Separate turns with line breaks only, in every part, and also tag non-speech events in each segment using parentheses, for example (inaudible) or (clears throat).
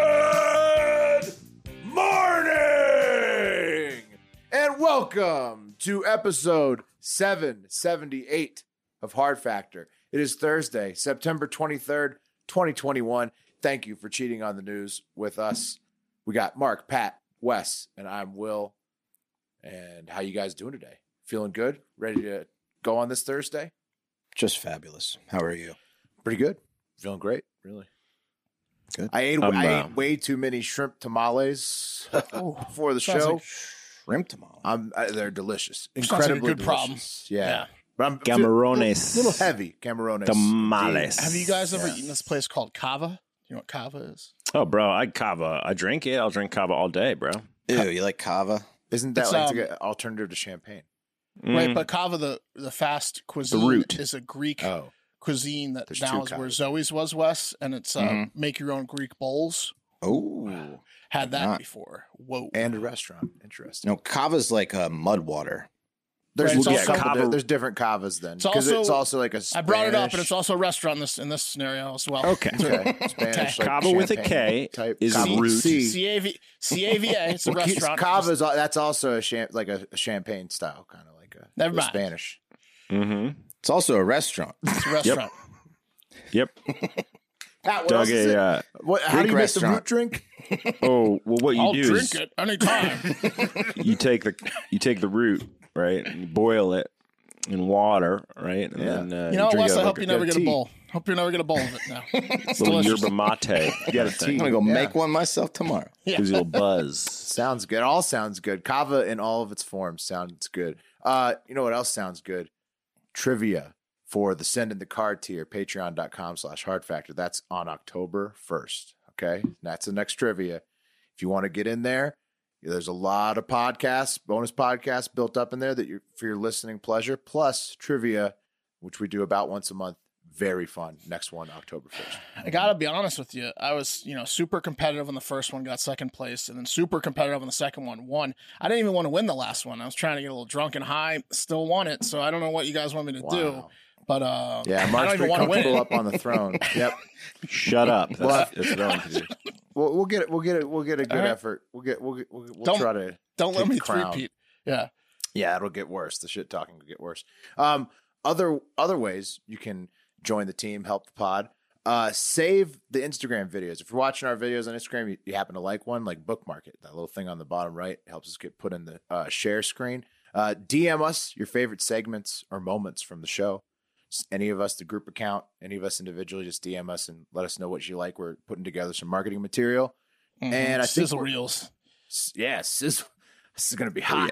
Good morning and welcome to episode 778 of Hard Factor. It is Thursday, September 23rd, 2021. Thank you for cheating on the news with us. We got Mark, Pat, Wes, and I'm Will. And how you guys doing today? Feeling good? Ready to go on this Thursday?
Just fabulous. How are you?
Pretty good. Feeling great, really.
Good.
I ate
I'm,
I
uh,
ate way too many shrimp
(laughs)
tamales before the
Sounds
show.
like shrimp tamale.
I'm I, they're delicious.
Sounds like a
Incredibly
good problem.
delicious. Yeah.
Yeah.
But I'm
Camarones.
A little heavy camarones.
Tamales.
Have you guys ever
Yeah.
eaten this place called Kava? You know what Kava is?
Oh, bro, I cava. I drink it. I'll drink cava all day, bro.
Ew, you like kava?
Isn't that
It's,
like
um,
to get alternative to champagne?
Mm.
Right, but Kava, the the fast cuisine,
root.
is a Greek
Oh.
cuisine that
There's
now
two
is where
Kavas.
Zoe's was Wes, and it's uh,
Mhm.
make your own Greek bowls.
Oh
Had that
Not-
before. Whoa,
And a restaurant. Interesting.
no, kava's like a mud water.
There's
Right, it's
yeah,
also-
couple
Cava-
di- there's different cavas then.
It's
Because it's,
also-
also like a
I brought it up, and
Spanish- (laughs)
it's also a restaurant in this in this scenario as
(laughs)
well.
Okay.
(laughs)
okay. Spanish like
Cava with a
champagne
K
type
is
cava.
root.
C.
C A V C A V A. It's a
Well, Ki-
restaurant.
Cava is al- that's also a champ like a, a champagne style kind of like a,
Never
a
mind.
Spanish.
hmm
It's also a restaurant.
It's a restaurant.
Yep.
(laughs)
Pat, what else
Doug,
is it?
a, uh,
What, how
Greek
do you make the root
restaurant.
drink?
oh, well, what you
I'll
do
drink
is
it anytime.
you take the you take the root, right? And you boil it in water, right? And
Yeah.
then uh,
you know,
drink
Wes,
it
I
like
hope you never get a
tea.
bowl. Hope you never get a bowl of it now. It's
Little
delicious.
yerba mate. You got a
(laughs)
I'm
tea.
gonna go
(laughs) Yeah.
make one myself tomorrow.
Gives you a little buzz.
Sounds good. All sounds good. Kava in all of its forms sounds good. Uh, you know what else sounds good? Trivia for the send in the card tier, patreon.com slash hard factor. That's on October 1st. Okay. And that's the next trivia. If you want to get in there, there's a lot of podcasts, bonus podcasts built up in there that you're for your listening pleasure, plus trivia, which we do about once a month. Very fun. Next one, October 1st.
I gotta be honest with you. I was, you know, super competitive on the first one, got second place, and then super competitive on the second one, won. I didn't even want to win the last one. I was trying to get a little drunk and high, still won it. So I don't know what you guys want me to do,
Wow.
but uh,
Yeah,
I
Mark's
don't even
pretty
want to win
comfortable
it.
up on the throne.
(laughs)
Yep.
Shut up. That's,
Well,
that's what I want to do.
We'll, we'll get it. We'll get it. We'll get a good
All right.
effort. We'll get. We'll get. We'll, we'll
Don't-
try to.
Don't let
Take
me
the crown.
repeat. Yeah,
Yeah, it'll get worse. The shit talking will get worse. Um, other other ways you can join the team, help the pod. Uh, save the Instagram videos. If you're watching our videos on Instagram, you, you happen to like one, like bookmark it. That little thing on the bottom right helps us get put in the uh, share screen. Uh, DM us your favorite segments or moments from the show. Just any of us, the group account, any of us individually, just DM us and let us know what you like. We're putting together some marketing material.
Mhm.
And I think
sizzle
we're-
reels.
S- yeah, sizzle. (laughs) This is gonna be
Oh,
hot,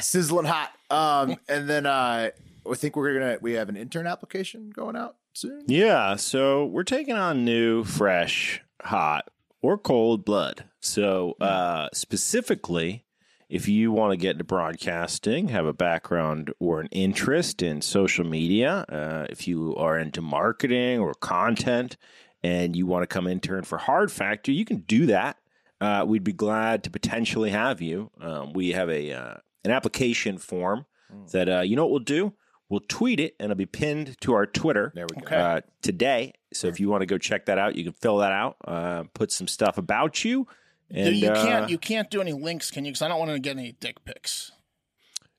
(laughs) sizzling hot. Um, (laughs) and then uh, I think we're gonna we have an intern application going out soon.
Yeah, so we're taking on new, fresh, hot, or cold blood. So, uh, specifically, if you want to get into broadcasting, have a background or an interest in social media, uh, if you are into marketing or content, and you want to come intern for Hard Factor, you can do that. Uh, we'd be glad to potentially have you. Um, we have a uh, an application form
Hmm.
that uh, you know what we'll do. We'll tweet it, and it'll be pinned to our Twitter
There we go. Hmm.
uh, today. So if you want to go check that out, you can fill that out, uh, put some stuff about you. And
you
uh,
can't you can't do any links, can you? Because I don't want to get any dick pics.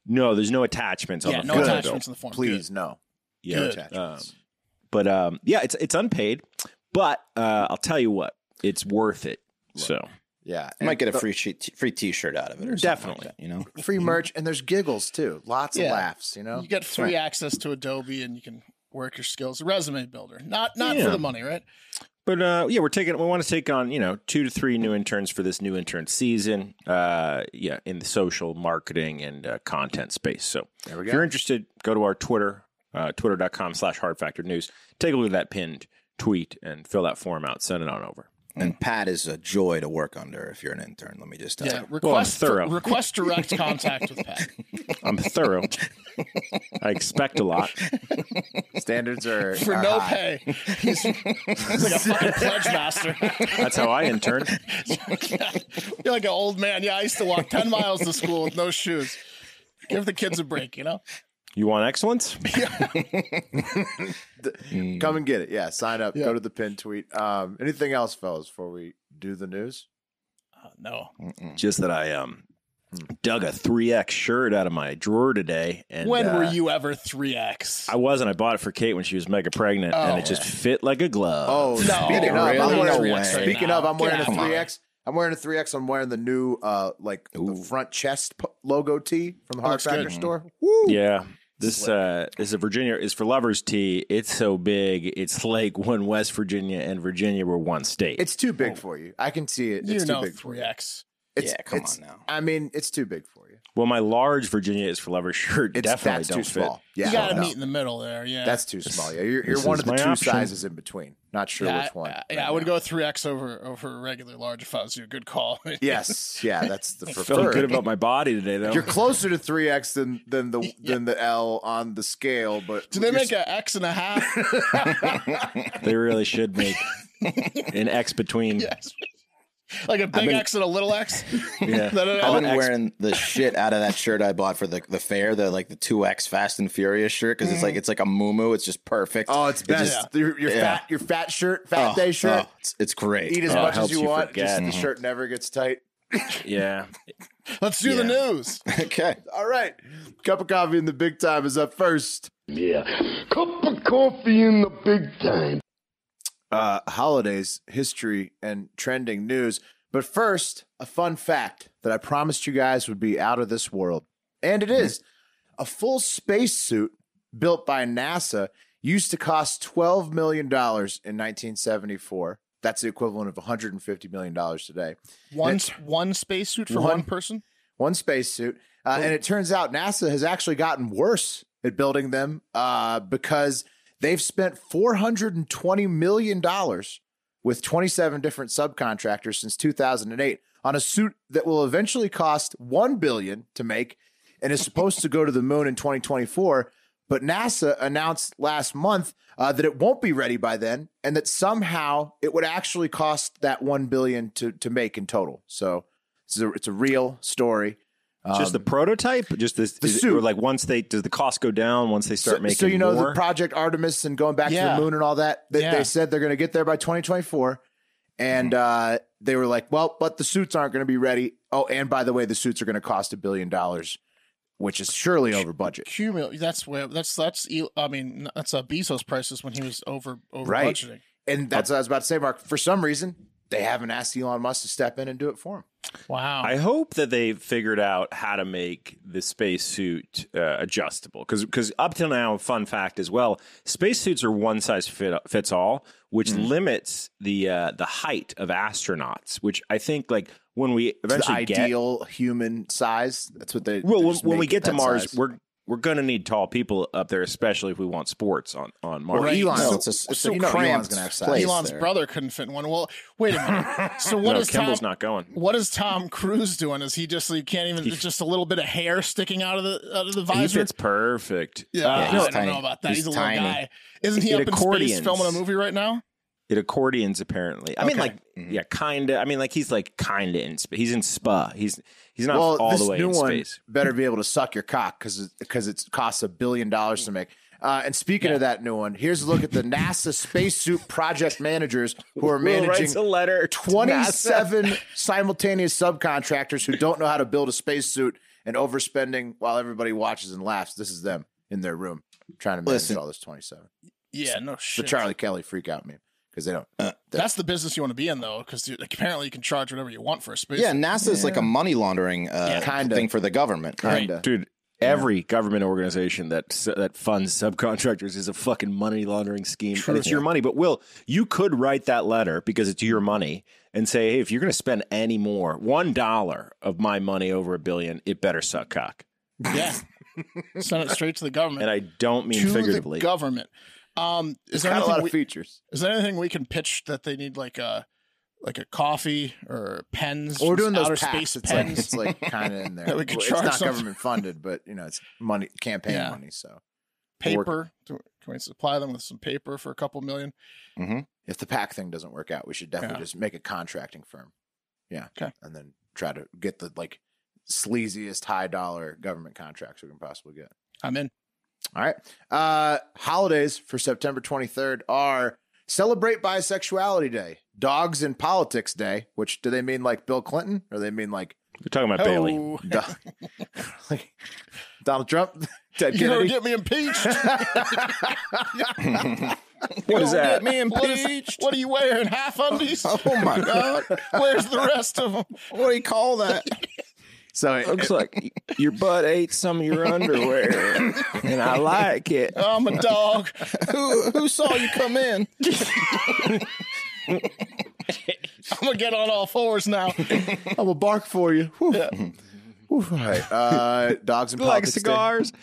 no, there's no attachments on
yeah,
the
no
form, Bill.
attachments in the form.
Oh, Please no,
Yeah,
no
Good.
attachments.
but um, yeah, it's it's unpaid, but uh, I'll tell you what, it's worth it. So
yeah,
You might
and
get a
the-
free sheet, free T-shirt out of it, or Something
Definitely.
like that, you know,
free merch, and there's giggles too. Lots
Yeah.
of laughs. You
Good.
know,
You get free access to Adobe, and you can work your skills, resume builder. Not not
Yeah.
for the money, right?
But uh, yeah, we're taking. We want to take on you know two to three new interns for this new intern season. Uh, yeah, in the social marketing and uh, content space. So
There we
if you're
go.
interested, go to our Twitter, uh, twitter.com slash hard factor news. Take a look at that pinned tweet and fill that form out. Send it on over.
And Pat is a joy to work under if you're an intern. Let me just tell
Yeah.
you.
Request
thorough.
(laughs)
request direct contact with Pat.
I'm thorough. I expect a lot.
Standards
(laughs)
are
For
are
no
high.
pay. He's, he's like a (laughs) fucking pledge master.
That's how I interned.
You're like an old man. Yeah, I used to walk 10 miles to school with no shoes. Give the kids a break, you know?
You want excellence?
Mm.
Come and get it. Yeah, sign up.
Yeah.
Go to the pin tweet. Um, anything else, fellas, before we do the news?
Uh, no.
Just that I um dug a 3X shirt out of my drawer today. And
when
uh,
were you ever 3X?
I wasn't. I bought it for Kate when she was mega pregnant, and it just fit like a glove.
Oh,
Uh, No,
speaking of,
really?
I'm
No
wearing,
way.
speaking
No,
of, I'm
get
wearing a
out of here.
3X. I'm wearing a 3X. I'm wearing the new, uh, like the front chest p- logo tee from the Hard
Looks good. Mm-hmm.
Factor store. Woo!
Yeah. This uh, is a Virginia is for lovers tea. It's so big. It's like when West Virginia and Virginia were one state.
It's too
Oh.
big for you. I can see it. It's
you
too
know
big for you.
3X.
It's,
Yeah, come
it's-
on now.
I mean, it's too big for you.
well, my large Virginia is for lovers shirt
It's
definitely
that's
don't
too
fit.
small. Yeah,
you got to
no,
meet in the middle there. Yeah.
That's too small. Yeah, you're, you're
this
one
is
of the
my
two
option.
sizes in between. Not sure
yeah,
which
I-
one.
I, yeah, I would go 3X over over a regular large if I was you. Good call. (laughs)
Yes, yeah, that's the
(laughs) I felt good
preferred.
about my body today though.
You're closer to three X than than the than the L on the scale, but
Do they
you're
make an X and a
(laughs)
half? (laughs)
they really should make an X between.
yes. Like a big
been-
X and a
(laughs)
little X? (laughs)
Yeah.
No, no, no.
I've been
Ex-
wearing the shit out of that shirt I bought for the, the fair, the like the two X Fast and Furious shirt because it's like it's like a muumuu. It's just perfect.
Mm. Oh, it's best.
just-
your your
yeah.
fat your fat shirt, fat
Oh,
day shirt.
oh, it's, it's great.
Eat as
Oh, it
much as
helps
you,
you
want.
forget. Mm-hmm.
Just the shirt never gets tight.
Yeah.
Let's do the news.
okay,
All right, cup of coffee in the big time is up first.
Yeah. Cup of coffee in the big time.
Uh, holidays, history, and trending news. But first, a fun fact that I promised you guys would be out of this world, and it is. a full spacesuit built by NASA used to cost $12 million in 1974. That's the equivalent of $150 million today.
One one spacesuit for
One-
one, person.
One spacesuit. Uh, and it turns out NASA has actually gotten worse at building them uh, because they've spent $420 million with 27 different subcontractors since 2008 on a suit that will eventually cost $1 billion to make and is supposed to go to the moon in 2024. But NASA announced last month uh, that it won't be ready by then, and that somehow it would actually cost that one billion to to make in total. So it's a, it's a real story. Um,
just the prototype? Just this
the
is it-
suit.
or like once they does the cost go down once they start
so,
making
so you know
more?
the project Artemis and going back
Yeah.
to the moon and all that. They,
Yeah.
they said they're going to get there by 2024, and
Mm-hmm.
uh, they were like, "Well, but the suits aren't going to be ready." Oh, and by the way, the suits are going to cost a billion dollars, which is surely over budget.
Cumul. That's where. That's that's. El- I mean, that's uh, Bezos prices when he was over over
Right.
budgeting.
And that's what I was about to say, Mark. For some reason, they haven't asked Elon Musk to step in and do it for him. Oh.
Wow.
I hope that they figured out how to make the spacesuit uh, adjustable because up till now, a fun fact as well, spacesuits are one size fit, fits all, which
Mm-hmm.
limits the uh, the height of astronauts. Which I think like when we
It's the
eventually get
ideal human size. That's what they.
well
they
when,
just
when we
make it
get to
that
Mars,
size.
we're we're gonna need tall people up there, especially if we want sports on on Mars.
Well, Elon,
No,
so,
it's a-
so
it's so
you know Elon's
cramped
gonna have size.
place.
Elon's
there.
brother couldn't fit in one. Well, wait a minute. So what
no,
is
Kimball's
Tom?
not going.
What is Tom Cruise doing? Is he just you can't even it's just a little bit of hair sticking out of the out of the
He
visor?
fits perfect.
Yeah,
Uh,
I
he's
don't
tiny.
know about that.
He's
He's, a little
tiny.
guy. Isn't he
It
up in space
accordions.
filming a movie right now?
It accordions apparently. I mean,
Okay.
like yeah, kinda. I mean, like he's like kinda in space. He's in spa. He's he's not
well,
(laughs) all
this
the way
new
in
one
space.
(clears throat) better be able to suck your cock because because it costs a billion dollars to make. Uh, and speaking of that new one, here's a look at the NASA spacesuit project managers who
(laughs)
are
Will
managing
writes a letter. to NASA. (laughs)
27 simultaneous subcontractors who don't know how to build a spacesuit and overspending while everybody watches and laughs. This is them in their room trying to manage
Listen.
all this 27.
Yeah, no
The
shit.
Charlie Kelly freak out meme because they don't.
That's the business you want to be in though, because apparently you can charge whatever you want for a space.
yeah, NASA is like a money laundering uh,
Yeah, kinda.
thing for the government.
Kinda.
Dude, Every government organization that s- that funds subcontractors is a fucking money laundering scheme, and it's your money. But Will, you could write that letter because it's your money and say, "Hey, if you're going to spend any more one dollar of my money over a billion, it better suck cock."
Yeah. Send it straight to the
And
government.
I don't mean
to
figuratively.
the government. Um, is there
Got a
anything
lot
we,
of features.
is there anything we can pitch that they need like a like a coffee or pens?
We're doing those
outer
packs.
space
It's like
pens.
it's like
(laughs)
kind of in there.
That we could
it's
charge
not
something.
government funded, but you know it's money campaign
Yeah.
money. So
paper. Do- Can we supply them with some paper for a couple million?
if the pack thing doesn't work out, we should definitely
Yeah.
just make a contracting firm. Yeah.
Okay.
And then try to get the like sleaziest high dollar government contracts we can possibly get.
I'm in.
All right. Uh, holidays for September 23rd are Celebrate Bisexuality Day, Dogs in Politics Day, which do they mean like Bill Clinton or they mean like,
You're talking about Bailey. (laughs)
Oh,
Do-
(laughs)
(laughs) like Donald Trump? (laughs) Ted
you're gonna
Kennedy?
get me impeached.
What is that?
Me
What is?
impeached.
What are you wearing? Half undies?
Oh my
(laughs)
god!
Where's the rest of them?
What do you call that?
So it,
Looks like your butt ate some of your underwear, and I like it.
I'm a dog.
who who saw you come in?
I'm gonna get on all fours now.
I'm a bark for you. Whew. Whew. All right. Uh, Dogs in
Like
Politics Day.
cigars.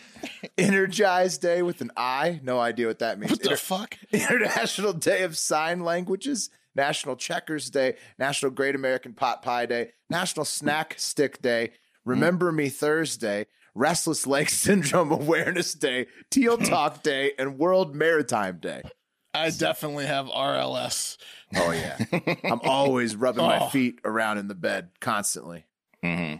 Energize Day with an I. No idea what that means.
What the
Inter- (laughs)
fuck?
International Day of Sign Languages, National Checkers Day, National Great American Pot Pie Day, National Snack Stick Day, Remember Me Thursday, Restless Leg (laughs) Syndrome Awareness Day, Teal Talk Day, and World Maritime Day.
I definitely have RLS.
Oh yeah, I'm always rubbing
Oh.
my feet around in the bed constantly. Yeah,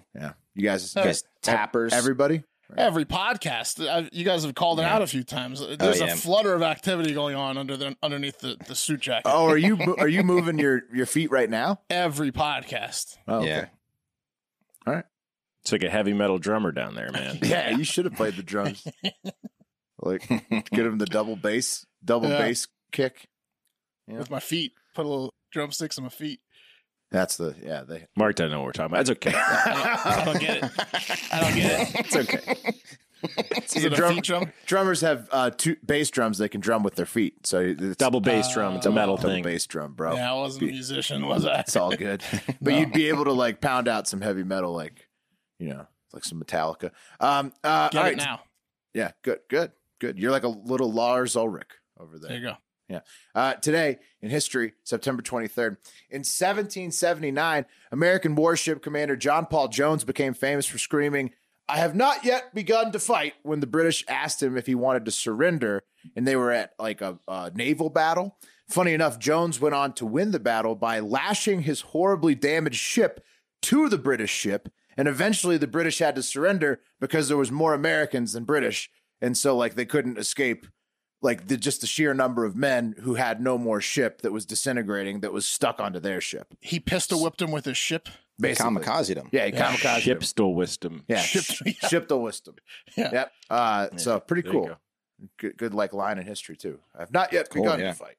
you guys, you guys,
tappers.
everybody.
Every podcast, I, you guys have called it out a few times.
Oh,
There's
yeah.
a flutter of activity going on under the, underneath the, the suit jacket.
Oh, are you are you moving your your feet right now?
Every podcast.
Oh,
(laughs) Yeah.
It's like a heavy metal drummer down there, man.
Yeah, you should have played the drums. like, get him the double bass, double
Yeah.
bass kick.
With my feet, put a little drumsticks on
(laughs)
my feet.
That's the yeah. They
Mark doesn't know what we're talking about. (laughs) It's okay.
I don't get
(laughs)
it. I don't
(laughs)
get it.
it's okay.
Is it a
drum-
feet drum?
Drummers have uh, two bass drums they can drum with their feet. So it's
Double bass drum. It's a metal
double
thing.
bass drum, bro.
Yeah, I wasn't a musician, was I?
It's Oh. all
(laughs)
good. But you'd be able to like pound out some heavy metal, like you know, like some Metallica. Um, uh,
Get
all
it
right,
now.
yeah, good, good, good. You're like a little Lars Ulrich over there.
There you go.
Uh, today in history, September 23rd. In 1779, American warship commander John Paul Jones became famous for screaming, I have not yet begun to fight, when the British asked him if he wanted to surrender, and they were at like a, a naval battle. Funny enough, Jones went on to win the battle by lashing his horribly damaged ship to the British ship, and eventually the British had to surrender because there was more Americans than British, and so like they couldn't escape like the just the sheer number of men who had no more ship that was disintegrating that was stuck onto their ship.
He pistol whipped him with his ship.
Basically.
Kamikaze them.
Yeah, he kamikaze.
Ship
him.
still wisdom.
(laughs)
Yeah.
Ship-
Ship, (laughs) ship the wisdom.
(laughs) Yeah.
Yep. Uh, so pretty
There you
cool.
go.
Good, good like line in history too. I've not yet
Cool,
begun
yeah.
to fight.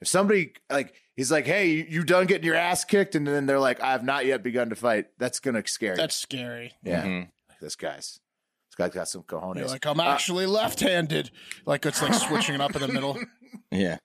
If somebody like he's like, "Hey, you, you done getting your ass kicked," and then they're like, "I have not yet begun to fight," that's gonna scare you.
That's scary.
yeah,
Mm-hmm.
this guy's this guy's got some cojones.
You're like, I'm actually left handed. Like, it's like switching it up in
(laughs)
the middle.
Yeah.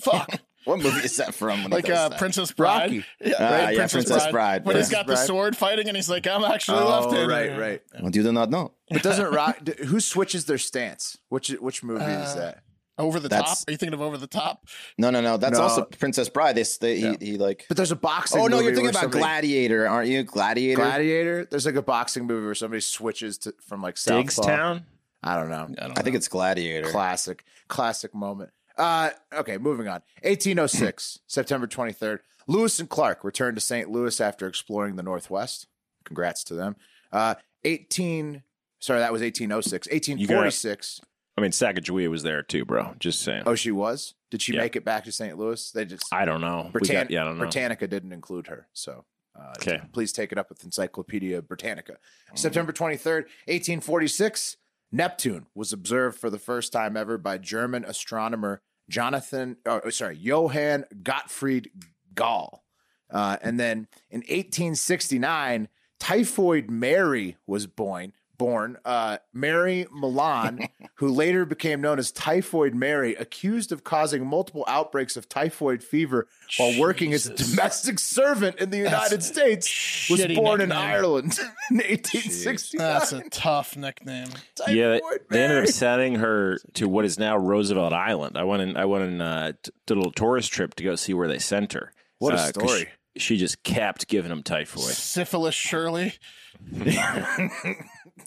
Fuck.
What movie is that from? when he
Like
does
uh,
that?
Princess Bride.
Rocky.
Yeah,
Ah, yeah, Princess Bride,
But he's
yeah.
got the
Bride.
sword fighting and he's like, I'm actually left
oh,
handed.
right, right.
Well, do they not know?
But
(laughs)
doesn't Rock? d- Who switches their stance? Which which movie
Uh,
is that?
Over the
That's-
top. Are you thinking of over the top?
No, no, no. That's
No.
also Princess Bride. They, they he, he like.
But there's a boxing.
Oh no,
movie
you're thinking
where
about
somebody-
Gladiator, aren't you? Gladiator.
Gladiator. There's like a boxing movie where somebody switches to from like Southpaw.
Digstown.
I don't know.
I don't
I think it's Gladiator.
Classic, classic moment. Uh, okay, moving on. 1806, September 23rd. Lewis and Clark returned to St. Louis after exploring the Northwest. Congrats to them. Uh, 18. Sorry, that was 1806. 1846.
I mean, Sacagawea was there too, bro. Just saying.
Oh, she was. Did she
Yeah.
make it back to St. Louis? They just
I don't know. We
Britan-
got- yeah, I don't know.
Britannica didn't include her. So uh,
Okay. Oh.
please take it up with Encyclopedia Britannica. September 23rd, 1846, Neptune was observed for the first time ever by German astronomer Jonathan, or, sorry, Johann Gottfried Gall. Uh, and then in 1869, Typhoid Mary was born, born uh, Mary
(laughs)
Milan, who later became known as Typhoid Mary, accused of causing multiple outbreaks of typhoid fever while working as a
Jesus.
domestic servant in the United States, was
shitty
born in
nickname.
Ireland in 1860.
That's a tough nickname.
yeah, they,
Typhoid
they ended
Mary.
up sending her to what is now Roosevelt Island. I went and I went and uh, t- did a little tourist trip to go see where they sent her.
What a
Uh, 'cause
story.
She, she just kept giving him typhoid.
Syphilis Shirley,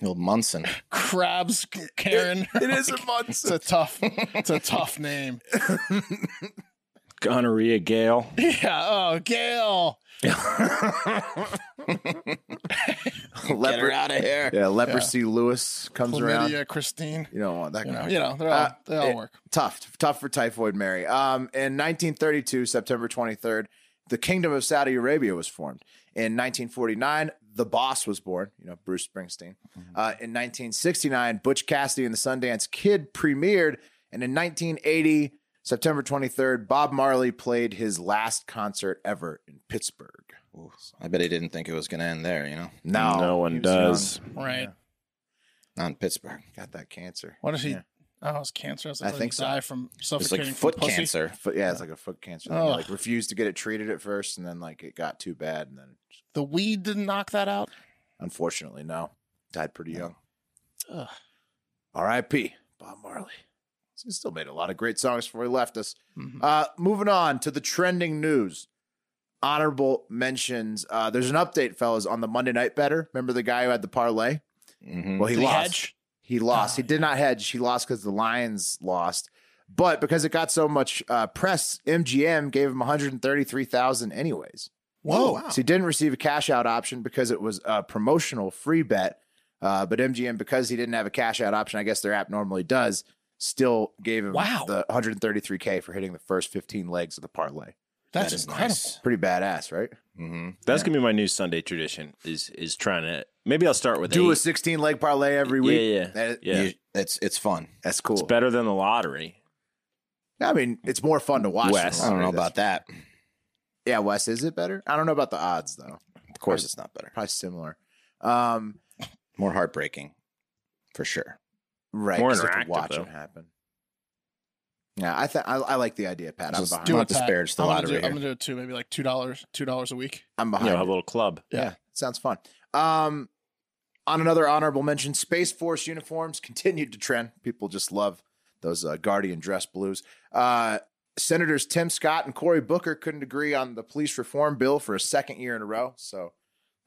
Old Munson.
Crabs Karen.
It is
(laughs)
a month.
It's a tough, it's a tough name.
Gonorrhea Gale.
Yeah. Oh, Gail.
Get her out of here.
Yeah, leprosy Lewis comes around.
Chlamydia, Christine.
You don't want that.
You know,
guy.
you know, they're all, they all
it-
work.
Tough, tough for typhoid Mary. Um, in 1932, September 23rd, the Kingdom of Saudi Arabia was formed. In 1949, The Boss was born. You know, Bruce Springsteen. Uh, in 1969, Butch Cassidy and the Sundance Kid premiered, and in 1980, September 23rd, Bob Marley played his last concert ever in Pittsburgh.
I bet he didn't think it was going to end there, you know?
No,
no
he
one
was young.
does.
Right.
Not in Pittsburgh.
Got that cancer.
What is he?
Yeah.
Oh, it's cancer. I, was
I
like, I
think
think
so.
die from
It's like
suffocating
foot
from pussy.
cancer.
Foot, yeah, it's like a foot cancer. They,
Ugh.
like refused to get it treated at first, and then like it got too bad, and then
The weed didn't knock that out.
Unfortunately, no. Died pretty young.
Ugh.
R.I.P. Bob Marley. He still made a lot of great songs before he left us.
Mhm.
Uh, moving on to the trending news. Honorable mentions. Uh, there's an update, fellas, on the Monday Night Better. Remember the guy who had the parlay?
Mm-hmm.
hmm
Well, he
Mm. Did he
lost.
hedge?
He lost.
Ah,
he did not hedge. He lost because the Lions lost. But because it got so much uh, press, MGM gave him 133,000 anyways.
Whoa.
Oh, So he didn't receive a cash out option because it was a promotional free bet. Uh, but MGM, because he didn't have a cash out option, I guess their app normally does, still gave him
Wow.
the 133K for hitting the first 15 legs of the parlay.
That's
That is
incredible.
nice.
Pretty badass, right?
hmm
That's gonna be my new Sunday tradition. Is is trying to maybe I'll start with
Do a
eight.
16 leg parlay every
yeah
week.
yeah
That-
yeah.
You- it's, it's fun.
That's cool.
It's better than the lottery.
I mean, it's more fun to watch. than
Wes.
the
I don't know
lottery.
about that.
Yeah, Wes, is it better? I don't know about the odds, though.
Of course, it's not better.
Probably similar. Um,
More heartbreaking, for sure.
right.
More
'cause you have to
interactive,
watch
though.
it happen. Yeah, I, th- I I like the idea, Pat. I'm
Just
behind.
Do
Not
it, Pat.
disparage the
I'm gonna
lottery
Do, I'm
here.
gonna do it too. Maybe like two dollars, two dollars a week.
I'm
You
behind.
know, have
it.
a little
(laughs)
club.
Yeah.
Yeah.
sounds fun. Um, on another honorable mention, Space Force uniforms continued to trend. People just love those uh, Guardian dress blues. Uh, Senators Tim Scott and Cory Booker couldn't agree on the police reform bill for a second year in a row, so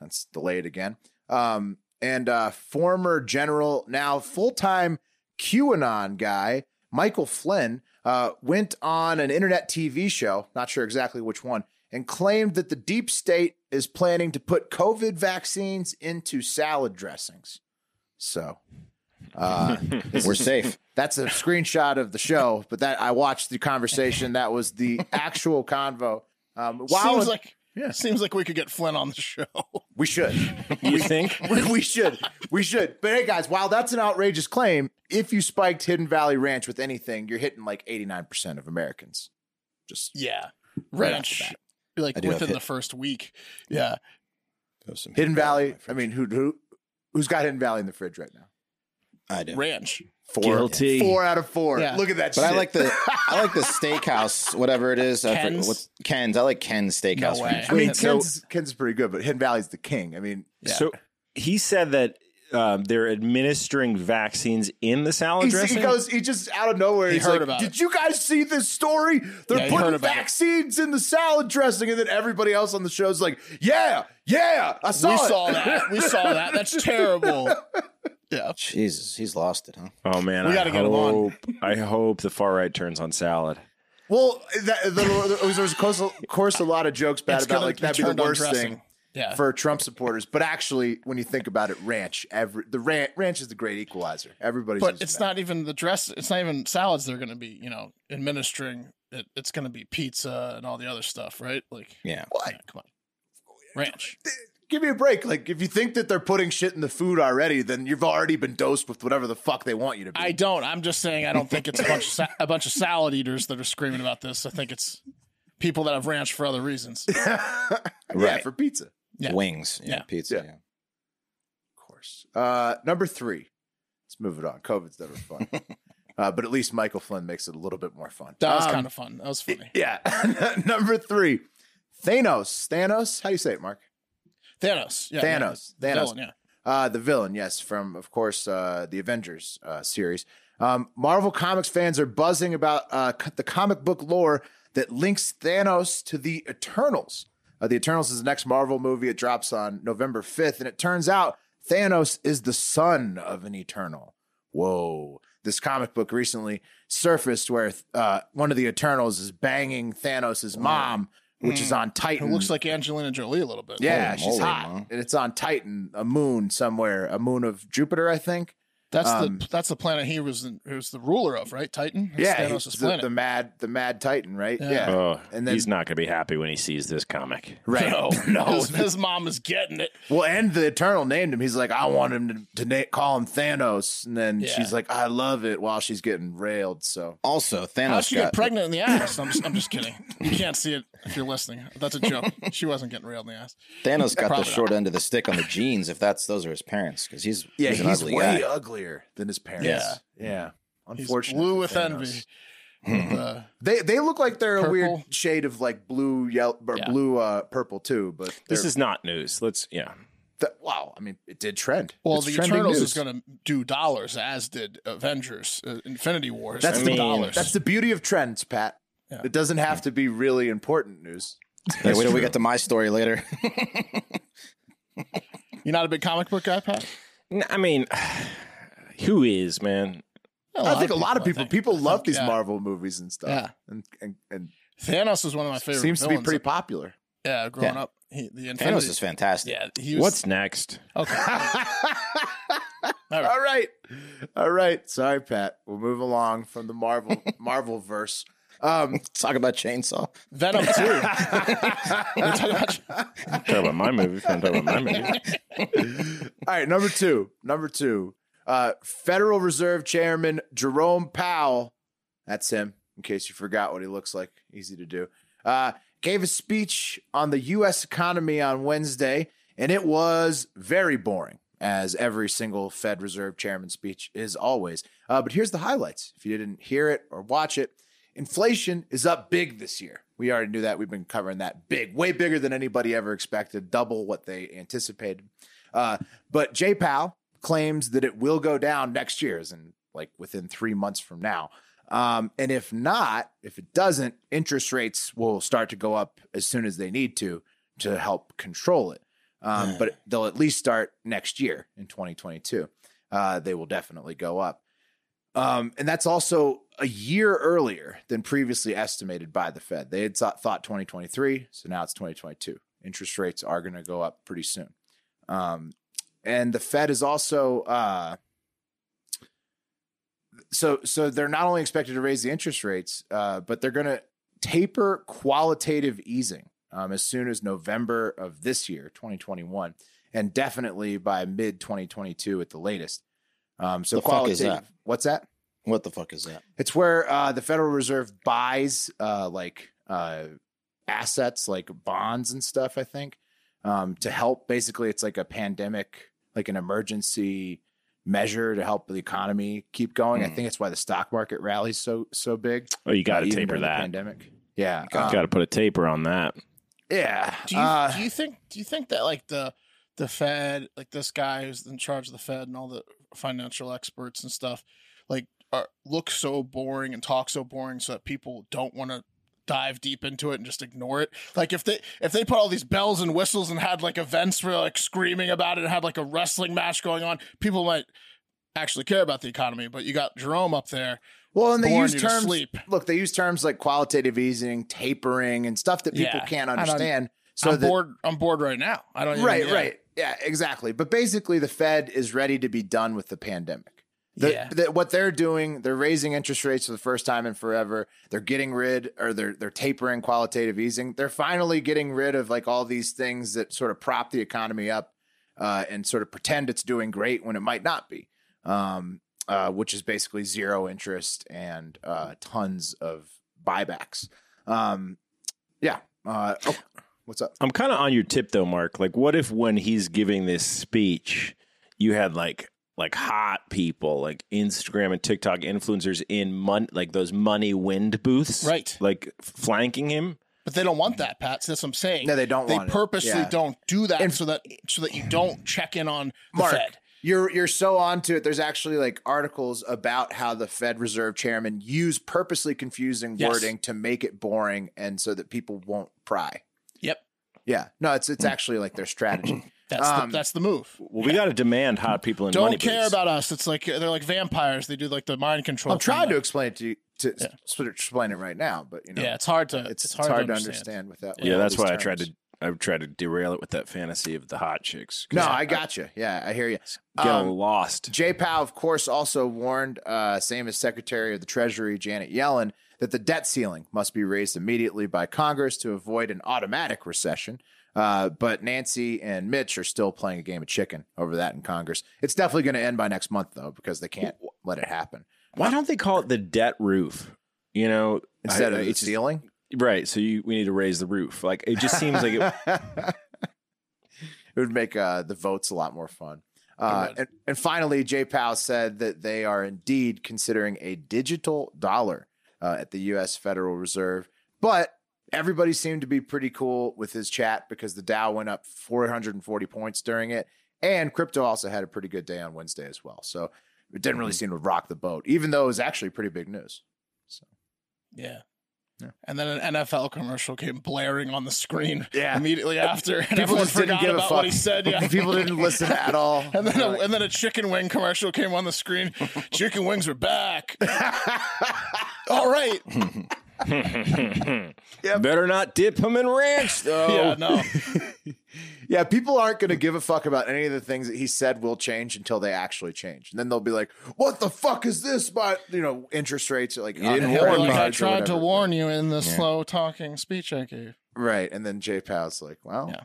that's delayed again. Um, and uh, former general, now full time QAnon guy, Michael Flynn, uh, went on an internet TV show, not sure exactly which one, and claimed that the deep state is planning to put COVID vaccines into salad dressings. So uh,
We're safe.
that's a screenshot of the show, but that I watched the conversation. That was the actual convo. Um, while
seems like seems like we could get Flynn on
(laughs)
the show.
we should.
You think?
we (laughs) we should. We should. But hey, guys, while that's an outrageous claim, if you spiked Hidden Valley Ranch with anything, you're hitting like 89% of Americans. Just
yeah,
Right
ranch.
off
like
I do have
within
hit-
the first week. Yeah,
Hidden Valley. I mean, who who who's got Hidden Valley in the fridge right now?
I do.
ranch.
Four.
Guilty.
Four out of four.
Yeah.
Look at that.
But
shit.
I like the I like the steakhouse, whatever it is. I forget,
Ken's?
what's Ken's? I like Ken's steakhouse.
No
ranch.
way.
I mean,
Wait, so-
Ken's, Ken's is pretty good, but Hidden Valley's the king. I mean,
Yeah.
So he said that um, they're administering vaccines in the salad
he's-
dressing.
he goes, he just out of nowhere.
He
he's
heard
like,
about
Did
it.
you guys see this story?
Yeah,
They're
he heard
putting
about it."
vaccines in the salad dressing, and then everybody else on the show's like, "Yeah, yeah, I saw
we
it."
saw that.
(laughs)
We saw that. That's terrible. Yeah.
Jesus, he's lost it, huh?
oh man,
We
I
gotta get him on.
hope, I hope the far right turns on salad.
Well, that, the, the, there was of course, of course a lot of jokes bad
It's
about
gonna
like
be
that'd be
turned
the
on
worst
dressing.
thing
Yeah.
for Trump supporters. But actually, when you think about it, ranch every the ranch, ranch is the great equalizer. Everybody's
but it's not even the dress. It's not even salads. They're going to be, you know, administering. It, it's going to be pizza and all the other stuff, right? Like,
Yeah.
What?
yeah, come on, ranch.
Give me a break. Like if you think that they're putting shit in the food already, then you've already been dosed with whatever the fuck they want you to be.
I don't. I'm just saying. I don't think it's a bunch of sa- a bunch of salad eaters that are screaming about this. I think it's people that have ranch for other reasons.
(laughs) yeah,
Right.
for pizza, of
Yeah.
Wings, yeah,
Yeah.
pizza.
Yeah.
Yeah.
course. Uh, number three. Let's move it on. COVID's never fun. uh, but at least Michael Flynn makes it a little bit more fun.
That was
Um,
kind of fun. That was funny.
Yeah. (laughs) number three. Thanos. Thanos. How do you say it, Mark?
Thanos. Yeah,
Thanos.
Yeah.
Thanos.
Villain, yeah.
Uh, the villain, yes, from of course uh, the Avengers uh, series. Um, Marvel Comics fans are buzzing about uh, c- the comic book lore that links Thanos to the Eternals. Uh, the Eternals is the next Marvel movie. It drops on November fifth, and it turns out Thanos is the son of an Eternal. Whoa! This comic book recently surfaced where uh, one of the Eternals is banging Thanos' mom, which is on Titan.
Who looks like Angelina Jolie a little bit.
Yeah,
Holy
she's
moly,
hot.
man.
And it's on Titan, a moon somewhere, a moon of Jupiter, I think.
That's
Um,
the that's the planet he was in, he was the ruler of, right? Titan. That's
yeah,
Thanos'
he's the,
planet.
the mad, the mad Titan, right? Yeah,
Oh,
and then
he's not going to be happy when he sees this comic.
right. (laughs) No,
(laughs) his,
Oh.
his mom is getting it.
Well, and the Eternal named him. He's like, I want him to, to na- call him Thanos, and then
Yeah.
she's like, I love it. While she's getting railed, so
Also,
How'd
Thanos
she get
got
pregnant in the ass? I'm just, I'm just kidding. You can't see it if you're listening. That's
(laughs)
a joke. She wasn't getting railed in the ass.
Thanos got the
Probably
short end of the stick on the genes. If that's those are his parents, because he's
yeah,
he's
he's,
an ugly
way
guy.
uglier than his parents.
Yeah.
yeah.
He's
Unfortunately,
blue with
Thanos.
envy. With, uh,
They they look like they're a weird
Purple.
shade of like blue, yellow, or
Yeah.
blue, uh, purple too. But
This
they're-
is not news. Let's yeah.
th- wow. I mean, it did trend.
well,
It's
the
trending
Eternals
news.
is going to do dollars, as did Avengers, uh, Infinity Wars.
That's
They
the
did
mean,
dollars.
That's the beauty of trends, Pat.
Yeah.
It doesn't have to be really important news.
Hey, wait till we get to my story
(laughs)
later.
you're not a big comic book guy, Pat.
N- I mean, (sighs) who is man?
I think a lot of people
I think.
people love
think,
these
yeah.
Marvel movies and stuff.
Yeah.
And and, and
Thanos was one of my favorite.
seems to be
villains.
pretty popular. (laughs)
Yeah, growing
Yeah.
up, he, the Infinity.
Thanos is fantastic.
yeah, he was.
What's next?
okay? All right.
All right. All right. Sorry, Pat. We'll move along from the
(laughs)
Marvel Marvel verse. Um,
Talk about chainsaw.
Venom too.
(laughs)
We're talking about-
Talk about my movie. I'm talking about my movie.
all right, number two. Number two. Uh, Federal Reserve Chairman Jerome Powell. That's him, in case you forgot what he looks like. Easy to do. Uh, gave a speech on the U.S. economy on Wednesday, and it was very boring, as every single Fed Reserve Chairman speech is always. Uh, but here's the highlights if you didn't hear it or watch it. Inflation is up big this year. We already knew that. We've been covering that big, way bigger than anybody ever expected, double what they anticipated. Uh, but Jay Powell claims that it will go down next year, as in like within three months from now. Um, and if not, if it doesn't, interest rates will start to go up as soon as they need to to help control it. Um, But they'll at least start next year in 2022. Uh, they will definitely go up. Um, and that's also a year earlier than previously estimated by the Fed. They had thought, thought 2023, so now it's 2022. Interest rates are going to go up pretty soon. Um, and the Fed is also uh, so so they're not only expected to raise the interest rates, uh, but they're going to taper qualitative easing um, as soon as November of this year, 2021, and definitely by mid 2022 at the latest. Um, so
The fuck is
qualitative-
that?
What's that?
What the fuck is that?
It's where uh, the Federal Reserve buys uh, like uh, assets, like bonds and stuff. I think um, to help. Basically, it's like a pandemic, like an emergency measure to help the economy keep going.
Hmm.
I think it's why the stock market rallies so so big.
Oh, you got
uh,
to
even
taper
during the
that.
pandemic. Yeah, um,
Got to put a taper on that.
yeah.
Do you,
uh,
do you think do you think that like the the Fed, like this guy who's in charge of the Fed and all the financial experts and stuff, like are look so boring and talk so boring so that people don't want to dive deep into it and just ignore it. Like if they if they put all these bells and whistles and had like events for like screaming about it and had like a wrestling match going on, people might actually care about the economy. But you got Jerome up there.
Well, and they
born
use
you to
terms.
sleep.
Look, they use terms like qualitative easing, tapering, and stuff that people
Yeah,
can't
I don't-
understand. So
I'm
that,
bored. I'm bored right now. I don't. even-
right
Oh, yeah.
right yeah exactly but basically the fed is ready to be done with the pandemic The-
Yeah.
the- what they're doing they're raising interest rates for the first time in forever they're getting rid or they're they're tapering qualitative easing they're finally getting rid of like all these things that sort of prop the economy up uh, and sort of pretend it's doing great when it might not be um, uh, which is basically zero interest and uh, tons of buybacks um, yeah uh, oh, what's up
I'm kind of on your tip though, Mark. Like, what if when he's giving this speech, you had like like hot people, like Instagram and TikTok influencers in mon- like those money wind booths,
Right.
Like flanking him.
But they don't want that, Pat. So that's what I'm saying.
No, they don't
They
want it.
purposely
Yeah.
don't do that
And-
so that so that you don't check in on the
Mark,
Fed.
you're you're so onto it. There's actually like articles about how the Fed Reserve Chairman use purposely confusing
Yes.
wording to make it boring and so that people won't pry.
Yep,
Yeah, no, it's
Hmm.
it's actually like their
(clears throat)
strategy.
that's
Um,
the, that's the move.
Well, we got to demand hot people in
Don't
money
care
booths.
about us. It's like they're like vampires. They do like the mind control.
I'm trying
thing.
to explain it to you to s- explain it right now, but you know,
Yeah, it's hard to
it's, it's hard, to understand, without.
yeah,
without
that's
these
why I tried
terms.
to I tried to derail it with that fantasy of the hot chicks. 'cause
No, I got you. Yeah, I hear you.
I get
Um,
lost.
J. Powell, of course, also warned, uh, same as Secretary of the Treasury Janet Yellen, that the debt ceiling must be raised immediately by Congress to avoid an automatic recession. Uh, but Nancy and Mitch are still playing a game of chicken over that in Congress. It's definitely going to end by next month, though, because they can't let it happen.
Why don't they call it the debt roof? You know,
Instead
I-
of the
uh, it's just-
ceiling,
right. So you, we need to raise the roof. Like it just seems like
(laughs)
it,
it would make uh, the votes a lot more fun. Uh, and, and finally, Jay Powell said that they are indeed considering a digital dollar uh, at the U.S. Federal Reserve. But everybody seemed to be pretty cool with his chat because the Dow went up 440 points during it. And crypto also had a pretty good day on Wednesday as well. So it didn't
Mm-hmm.
really seem to rock the boat, even though it was actually pretty big news.
Yeah. And then an NFL commercial came blaring on the screen
Yeah.
immediately after. And
People
everyone
just didn't
forgot
give a
about
fuck.
what he said. Yeah.
(laughs) People didn't listen at all.
(laughs) And then, a, and then a chicken wing commercial came on
(laughs)
the screen. Chicken wings are back. All right.
better not dip him
(laughs)
in ranch though.
Oh.
Yeah, no.
Yeah, people aren't going to give a fuck about any of the things that he said will change until they actually change, and then they'll be like, "What the fuck is this?" But you know, interest rates are like on
didn't
credit
warn me.
Like, I
cards or
tried to
whatever.
warn you in the slow talking speech I gave.
right? And then Jay Powell's like, "Well,
Yeah.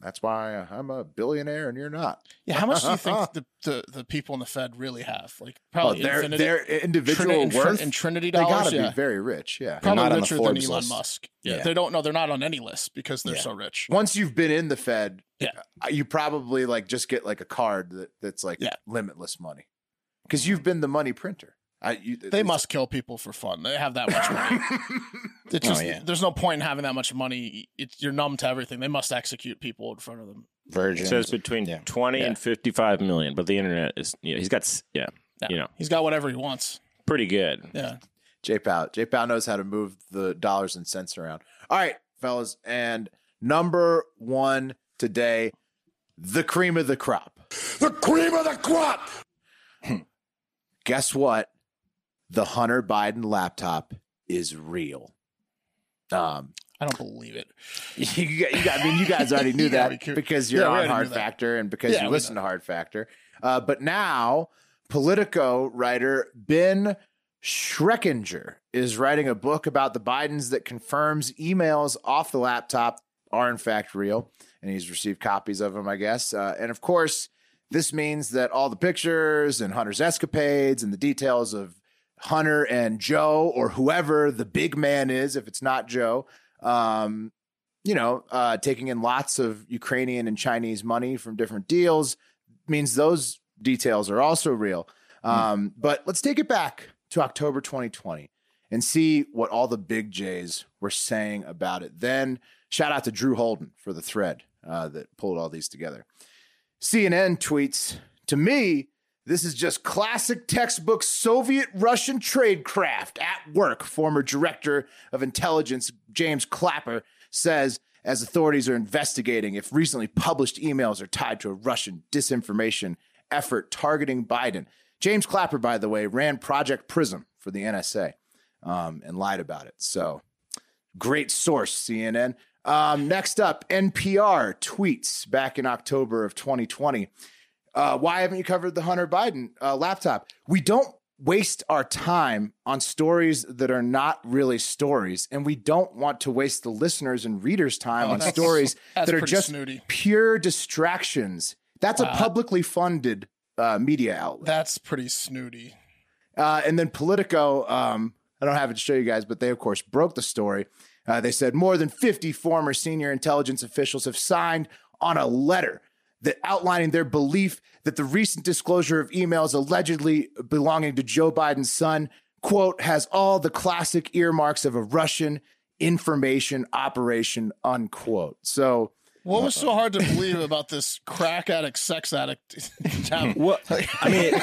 that's why I'm a billionaire and you're not."
Yeah, how much do you (laughs) think the, the, the people in the Fed really have? Like probably
their
infinity,
their individual
Trini- and Trin-
worth
and Trinity
they
dollars.
gotta
yeah.
be very rich. Yeah,
probably
not on the
richer than
Forbes
Elon
list.
Musk. Yeah,
Yeah.
they don't know. They're not on any list because they're so rich.
once you've been in the Fed,
Yeah.
uh, you probably like just get like a card that, that's like
Yeah.
limitless money because you've been the money printer. I, you,
They
it's-
must kill people for fun. They have that much (laughs) money. It's just,
yeah.
There's no point in having that much money. It's, you're numb to everything. They must execute people in front of them.
Virgin.
It says between
Yeah.
20 and 55 million, but the internet is, yeah, he's got, s- yeah,
Yeah.
you know,
He's got whatever he wants.
pretty good.
Yeah.
J Pow. J Pow knows how to move the dollars and cents around. All right, fellas. And number one today, the cream of the crop.
The cream of the crop.
Guess what? The Hunter Biden laptop is real. Um,
I don't believe it.
you, got- you got, I mean, you guys already knew
Yeah, we
that
could-
because you're
yeah, we
on
already
Hard
knew that.
Factor and because
Yeah,
you
we
listen to Hard Factor. Uh, but now, Politico writer Ben Schreckinger is writing a book about the Bidens that confirms emails off the laptop are in fact real. And he's received copies of them, I guess. Uh, and of course, this means that all the pictures and Hunter's escapades and the details of Hunter and Joe or whoever the big man is, if it's not Joe, um, you know, uh, taking in lots of Ukrainian and Chinese money from different deals means those details are also real. Um, But let's take it back to October 2020 and see what all the big J's were saying about it. Then shout out to Drew Holden for the thread uh, that pulled all these together. CNN tweets to me. This is just classic textbook Soviet Russian tradecraft at work, former director of intelligence James Clapper says, as authorities are investigating if recently published emails are tied to a Russian disinformation effort targeting Biden. James Clapper, by the way, ran Project Prism for the NSA um, and lied about it. So great source, CNN. Um, next up, NPR tweets back in October of 2020. Uh, why haven't you covered the Hunter Biden uh, laptop? We don't waste our time on stories that are not really stories, and we don't want to waste the listeners and readers' time
Oh,
on
that's-
stories
(laughs) that's
that are
pretty Uh,
just
snooty.
pure distractions. That's a publicly funded uh, media outlet.
That's pretty snooty.
Uh, and then Politico, um, I don't have it to show you guys, but they, of course, broke the story. Uh, they said more than 50 former senior intelligence officials have signed on a letter that outlining their belief that the recent disclosure of emails allegedly belonging to Joe Biden's son, quote, has all the classic earmarks of a Russian information operation, unquote. So (laughs)
What was so hard to believe about this crack addict, sex addict? (laughs) tab-
Well, I mean,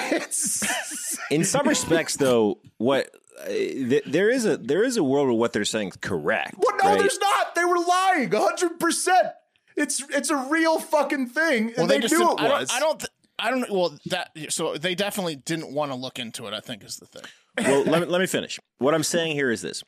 in some respects, though, what uh, th- there is a there is a world where what they're saying is correct.
Well, no,
right?
there's not. They were lying 100%. It's it's a real fucking thing. and they,
just
knew it
didn't- I don't-
was.
I don't. th- I don't. Well, that. So they definitely didn't want to look into it. I think is the thing.
well, let me, let me finish. What I'm saying here is this.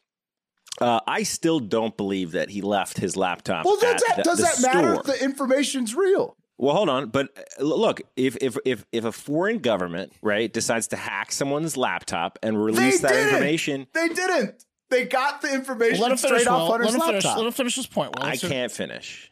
Uh, I still don't believe that he left his laptop.
well, does
at
that,
the-
does
the
that matter
store.
if the information's real?
Well, hold on, but uh, l- look, if if if if a foreign government right decides to hack someone's laptop and release that
didn't.
information,
They didn't. They got the information
Let him
straight
finish.
off
Will. Let
Hunter's
him finish.
laptop.
Let him finish this point. Will.
I
Let's hear-
can't finish.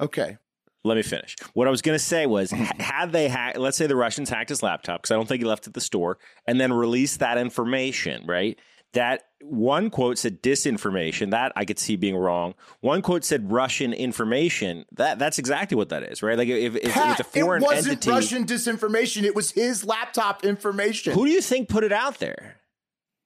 Okay.
Let me finish. What I was going to say was, h- had they hacked, let's say the Russians hacked his laptop, because I don't think he left it at the store, and then released that information, right? That one quote said disinformation. That I could see being wrong. One quote said Russian information. That that's exactly what that is, right? Like if, if,
Pat,
if it's a foreign
it wasn't
entity,
Russian disinformation. It was his laptop information.
who do you think put it out there?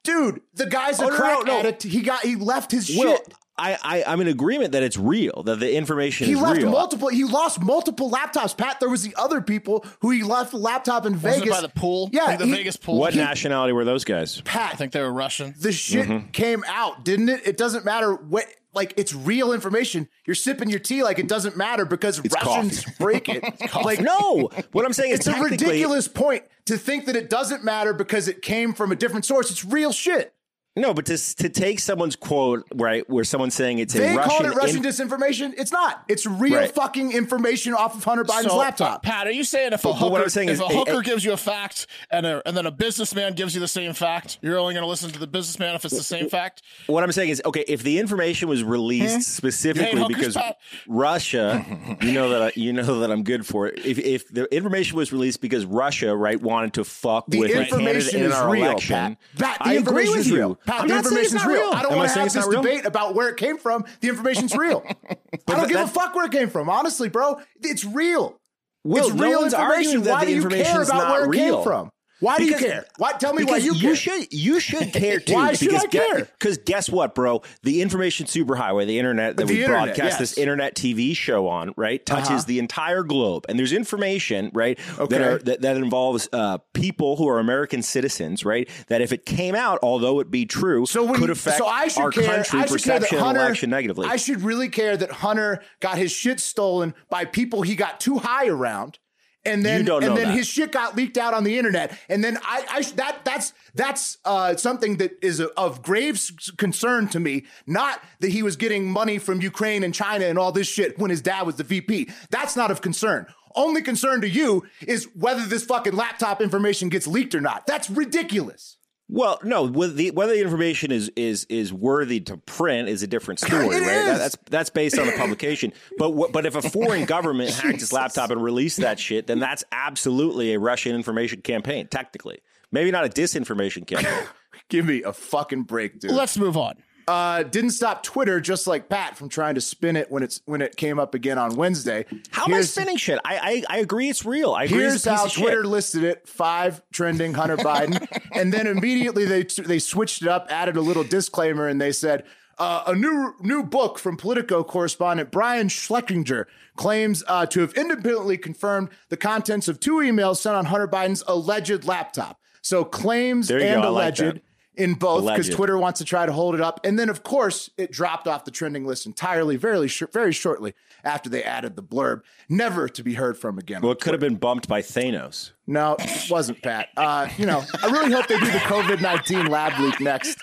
Dude, the guy's a
Oh, no,
crack
no, no.
addict. He got he left his
Well,
shit.
I, I I'm in agreement that it's real, that the information
He
is
left
real.
multiple. He lost multiple laptops. Pat, there was the other people who he left the laptop in
Was
Vegas
it by the pool?
Yeah,
Like the
he-
Vegas pool.
what
He-
nationality were
(laughs)
those guys?
I think they were Russian.
the shit
Mm-hmm.
came out, didn't it? It doesn't matter what, like, it's real information. You're sipping your tea like it doesn't matter because Russians break
(laughs)
it. like,
No, what I'm saying is
it's a
technically-
ridiculous point to think that it doesn't matter because it came from a different source. It's real shit.
No, but to s- to take someone's quote right where someone's saying it's
They
a Russian,
called it Russian
in-
disinformation. It's not. It's real
Right.
fucking information off of Hunter Biden's
So,
laptop.
Pat, are you saying if a
But- but
hooker,
what I'm saying
if
is
a
a-
hooker
a-
gives you a fact and a, and then a businessman gives you the same fact, you're only going to listen to the businessman if it's the same fact?
what I'm saying is okay. If the information was released
Eh?
specifically
You hate
because
hookers, Pat?
Russia,
(laughs)
you know that I, you know that I'm good for it. If if the information was released because Russia right wanted to fuck
The
with a
information
candidate in
is
our
real,
election,
Pat. Pat, the
I agree
information
with
is
you.
real. Pat,
I'm
the
not saying
information's
it's not
real.
real.
I don't
Am
want to
saying
have
it's
this
not real?
debate about where it came from. The information's
(laughs)
real. I don't give a
that-
fuck where it came from, honestly, bro. It's real.
Will,
it's
no
real
one's
information.
arguing that
why
the
do you care
information's
about
not
where it came
real.
from? Why do you
Because-
care? Why tell me why
Because
you care?
should
(laughs)
you should care too.
Why should
because
I care?
Because guess what, bro? The information superhighway, the internet that
The
we
internet,
broadcast
yes. Uh-huh.
this internet TV show on, right, touches the entire globe, and there's information, right,
Okay.
that are that, that involves uh, people who are American citizens, right? That if it came out, although it be true,
So when
could
you-
affect
so I should
our
care,
country
I should care that
perception
Hunter,
and election negatively.
I should really care that Hunter got his shit stolen by people he got too high around. And then,
You don't
and
know
then
that.
his shit got leaked out on the internet. And then I, I sh- that that's that's uh, something that is a, of grave s- concern to me. Not that he was getting money from Ukraine and China and all this shit when his dad was the VP. That's not of concern. Only concern to you is whether this fucking laptop information gets leaked or not. That's ridiculous.
Well, no, whether the, whether the information is is is worthy to print is a (laughs) different story, right?
It
That-
is.
that's that's based on the publication. But what, but if a foreign (laughs) government hacked his laptop and released that shit, then that's absolutely a Russian information campaign, technically. Maybe not a disinformation campaign. (laughs)
Give me a fucking break, dude.
Let's move on.
uh, didn't stop Twitter just like Pat from trying to spin it when it's when it came up again on Wednesday.
How am I
here's,
spinning shit? I, I I agree it's real. I agree
Here's
it's a piece
how
of shit.
Twitter listed it: five trending Hunter
(laughs)
Biden, and then immediately they they switched it up, added a little disclaimer, and they said. Uh, a new new book from Politico correspondent Brian Schleckinger claims uh, to have independently confirmed the contents of two emails sent on Hunter Biden's alleged laptop. So claims
There you
and
go. I like
alleged
that.
in both because
Alleged.
Twitter wants to try to hold it up. And then, of course, it dropped off the trending list entirely very, sh- very shortly after they added the blurb, never to be heard from again.
Well, it could have been bumped by Thanos.
No, it wasn't Pat. Uh, you know, I really hope they do the COVID 19 lab leak next.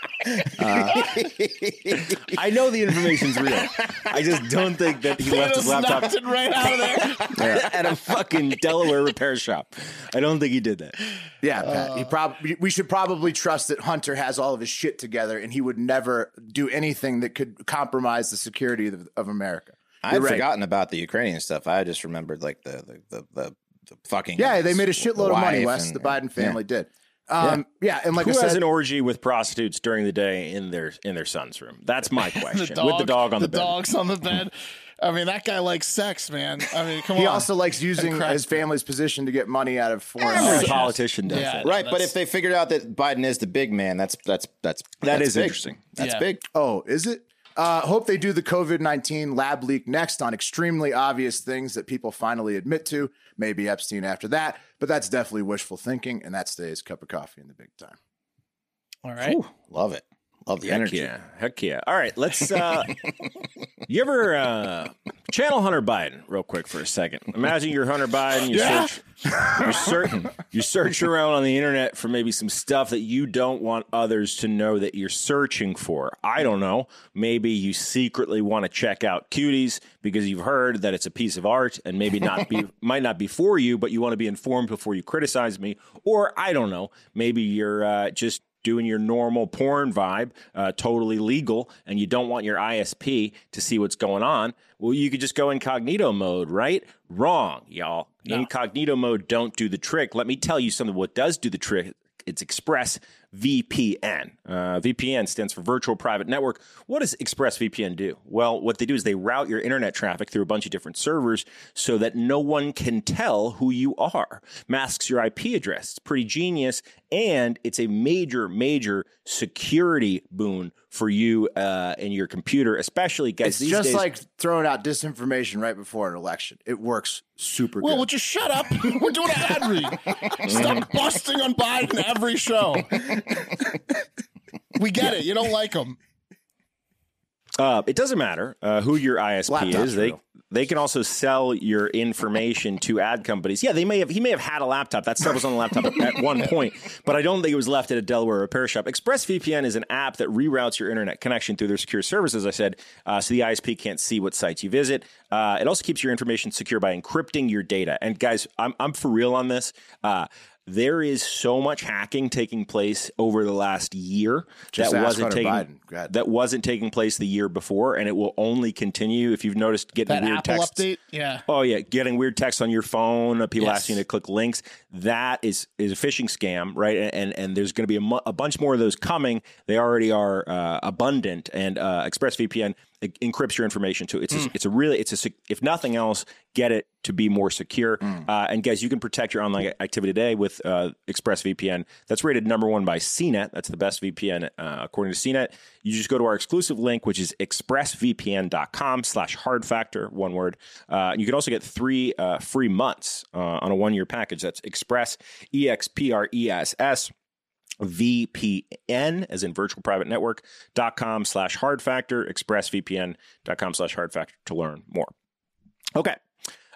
I know the information's real. I just don't think that he left his
Just
laptop
knocked it right out of there.
(laughs) at a fucking Delaware repair shop. I don't think he did that.
Yeah, Pat. he probably we should probably trust that Hunter has all of his shit together and he would never do anything that could compromise the security of, of America.
I
You're
had
right.
forgotten about the Ukrainian stuff. I just remembered like the the the, the, the fucking
Yeah, they made a shitload of money,
wife
Wes.
and-
The Biden family did. Um, yeah. and like
Who
I said,
has an orgy with prostitutes
(laughs)
during the day in their in their son's room? That's my question.
The dog,
with the dog on the, bed.
dogs on the bed. I mean, that guy likes sex, man. I mean, come
He
on.
also likes using
crack.
his family's position to get money out of foreign.
Every
nationals.
politician does
Oh, Yeah,
that.
no,
right? But
that's-
if they figured out that Biden is the big man, that's that's that's that's
is
big.
interesting.
That's
Yeah.
big.
Oh, is it? Uh, hope they do the COVID 19 lab leak next on extremely obvious things that people finally admit to. Maybe Epstein after that, but that's definitely wishful thinking, and that stays cup of coffee in the big time.
All right.
Love it. Love the
Heck
energy.
yeah. Heck yeah. All right, let's
(laughs)
uh you ever uh channel Hunter Biden real quick for a second. Imagine you're Hunter Biden, you
Yeah.
search you search you search around on the internet for maybe some stuff that you don't want others to know that you're searching for. I don't know. Maybe you secretly want to check out cuties because you've heard that it's a piece of art and maybe not be might not be for you, but you want to be informed before you criticize me. Or I don't know. Maybe you're uh, just doing your normal porn vibe, uh, totally legal, and you don't want your ISP to see what's going on, well, you could just go incognito mode, right? Wrong, y'all. Incognito mode don't do the trick. Let me tell you something. What does do the trick? It's Express VPN. Uh, VPN stands for Virtual Private Network. What does Express VPN do? Well, what they do is they route your internet traffic through a bunch of different servers so that no one can tell who you are. Masks your IP address. It's pretty genius, and it's a major, major security boon for you uh, and your computer, especially guys.
It's
these
just
days,
like throwing out disinformation right before an election. It works super
Will,
good.
would you shut up? (laughs) We're doing an ad read. Stop busting on Biden every show. We get it. You don't like him.
Uh, it doesn't matter uh, who your ISP
Laptops
is. They
real.
they can also sell your information to ad companies. Yeah, they may have he may have had a laptop. That stuff was on the laptop
(laughs)
at one point, but I don't think it was left at a Delaware repair shop. ExpressVPN is an app that reroutes your internet connection through their secure service, as I said, uh, so the ISP can't see what sites you visit. Uh, it also keeps your information secure by encrypting your data. And guys, I'm I'm for real on this. Uh, there is so much hacking taking place over the last year
Just
that
ask
wasn't
Hunter
taking
Biden. Go ahead.
that wasn't taking place the year before, and it will only continue if you've noticed getting
That
weird
Apple
texts.
update. Yeah.
Oh yeah, getting weird texts on your phone, uh, people
Yes.
asking you to click links. That is is a phishing scam, right? And and, and there's going to be a, mu- a bunch more of those coming. They already are uh, abundant, and uh, ExpressVPN en- encrypts your information too. It's a,
Mm.
it's a really it's a sec- if nothing else, get it to be more secure.
Mm.
Uh, and guys, you can protect your online activity today with uh, ExpressVPN. That's rated number one by CNET. That's the best VPN uh, according to CNET. You just go to our exclusive link, which is expressvpn.com slash hard factor, one word. Uh, and you can also get three uh, free months uh, on a one-year package. That's express, E E-X-P-R-E-S-S, VPN, as in virtual private network.com slash hard factor, expressvpn.com slash hard factor to learn more. Okay.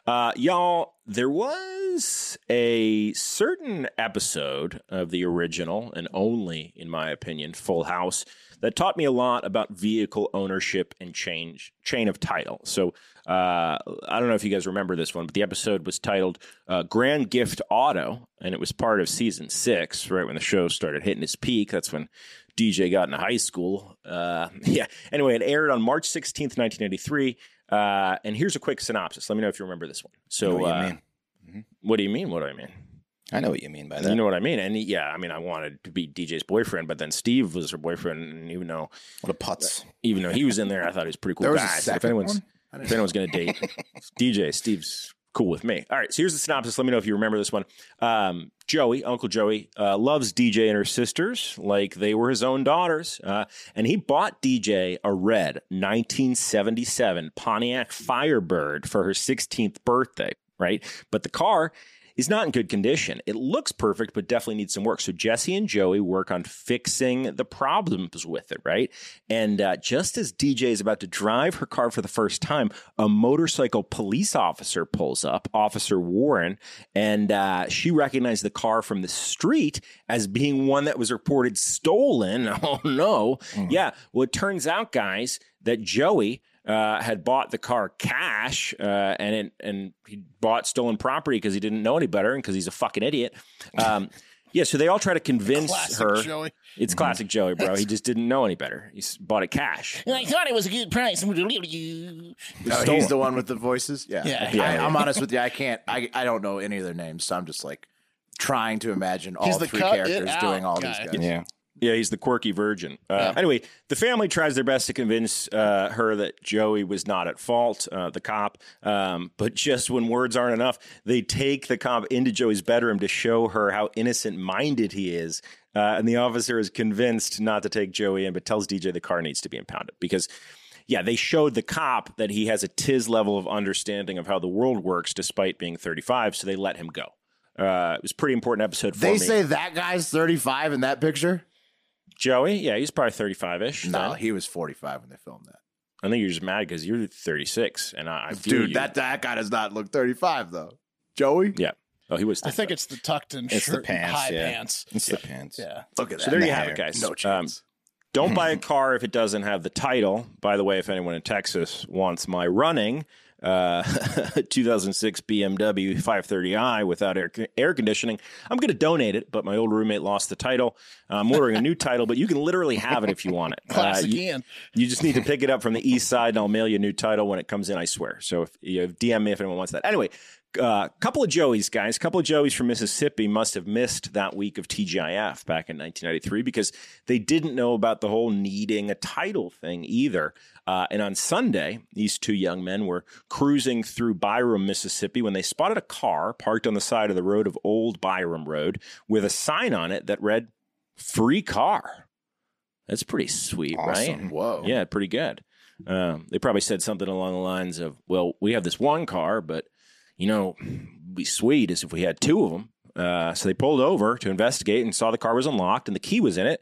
Uh, y'all, there was a certain episode of the original and only, in my opinion, Full House that taught me a lot about vehicle ownership and change chain of title. So uh, I don't know if you guys remember this one, but the episode was titled uh, "Grand Gift Auto," and it was part of season six, right when the show started hitting its peak. That's when DJ got into high school. Uh, (laughs) yeah. Anyway, it aired on March 16th, 1983. Uh, and here's a quick synopsis. Let me know if you remember this one. So,
I know what
uh,
you mean.
what do you mean? What do I mean?
I know what you mean by that.
You know what I mean? And yeah, I mean, I wanted to be DJ's boyfriend, but then Steve was her boyfriend. And even though,
what a putz.
even though he was in there, I thought he was a pretty cool.
There was a
guy. So if
second
anyone's,
one? I didn't-
if anyone's going to date
(laughs)
DJ, Steve's cool with me. All right. So here's the synopsis. Let me know if you remember this one. Um, Joey, Uncle Joey, uh, loves DJ and her sisters like they were his own daughters. Uh, and he bought DJ a red 1977 Pontiac Firebird for her 16th birthday, right? But the car is not in good condition. It looks perfect, but definitely needs some work. So Jesse and Joey work on fixing the problems with it, right? And uh, just as DJ is about to drive her car for the first time, a motorcycle police officer pulls up, Officer Warren, and uh, she recognized the car from the street as being one that was reported stolen. (laughs) Oh, no. Yeah. Well, it turns out, guys, that Joey uh, had bought the car cash uh, and it, and he bought stolen property because he didn't know any better and because he's a fucking idiot. Um, (laughs) yeah, so they all try to convince
Classic
her.
Joey.
It's classic Joey, bro.
(laughs)
He just didn't know any better. He s- bought it cash.
I thought it was a good price. Yeah.
No, he's the one with the voices. Yeah.
Yeah.
I, I'm honest with you. I can't, I, I don't know any of their names. So I'm just like trying to imagine all
the
three
cut it
characters
out
doing all
guy.
these guys.
Yeah.
Yeah, he's the quirky virgin. Uh, Anyway, the family tries their best to convince uh, her that Joey was not at fault, uh, the cop. Um, but just when words aren't enough, they take the cop into Joey's bedroom to show her how innocent minded he is. Uh, and the officer is convinced not to take Joey in, but tells DJ the car needs to be impounded because yeah, they showed the cop that he has a tis level of understanding of how the world works despite being 35, so they let him go. Uh, it was a pretty important episode for
They
me.
say that guy's 35 in that picture.
Joey, yeah, he's probably 35 ish.
No, he was 45 when they filmed that.
I think you're just mad because you're 36, and I, I feel
Dude,
you.
that that guy does not look 35 though. Joey,
yeah. Oh, he was.
I think it's the tucked in
It's the
shirt, and
pants,
high
yeah.
pants.
It's the pants.
Yeah,
look at that.
so. There
in
you
the
have
hair.
it, guys.
no
Um,
chance.
don't buy a car if it doesn't have the title. By the way, if anyone in Texas wants my running uh, (laughs) 2006 BMW 530i without air, air conditioning, I'm going to donate it. But my old roommate lost the title. I'm ordering a new title, but you can literally have it if you want it. Uh,
classic
you-
Ian.
You just need to pick it up from the east side, and I'll mail you a new title when it comes in. I swear. So if you know, DM me if anyone wants that. Anyway, a uh, couple of Joeys, guys. A couple of Joeys from Mississippi must have missed that week of TGIF back in 1993 because they didn't know about the whole needing a title thing either. Uh, and on Sunday, these two young men were cruising through Byram, Mississippi, when they spotted a car parked on the side of the road of Old Byram Road with a sign on it that read "Free Car." That's pretty sweet, right?
Awesome.
Whoa.
Yeah, pretty good. Um, they probably said something along the lines of, "Well, we have this one car, but you know, it'd be sweet as if we had two of them." Uh, so they pulled over to investigate and saw the car was unlocked and the key was in it.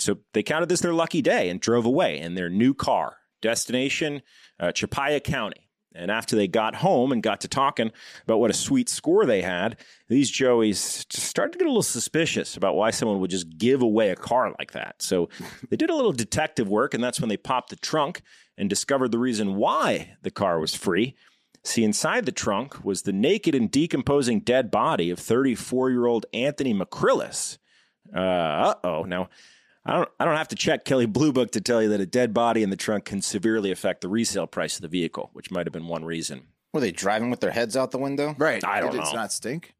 So they counted this their lucky day and drove away in their new car. Destination uh, Chappaya County. And after they got home and got to talking about what a sweet score they had, these Joeys just started to get a little suspicious about why someone would just give away a car like that. So they did a little detective work, and that's when they popped the trunk and discovered the reason why the car was free. See, inside the trunk was the naked and decomposing dead body of 34 year old Anthony McCrillis. Uh oh. Now, I don't I don't have to check Kelly Blue Book to tell you that a dead body in the trunk can severely affect the resale price of the vehicle, which might have been one reason.
Were they driving with their heads out the window?
Right.
I don't
Did it
know.
not stink?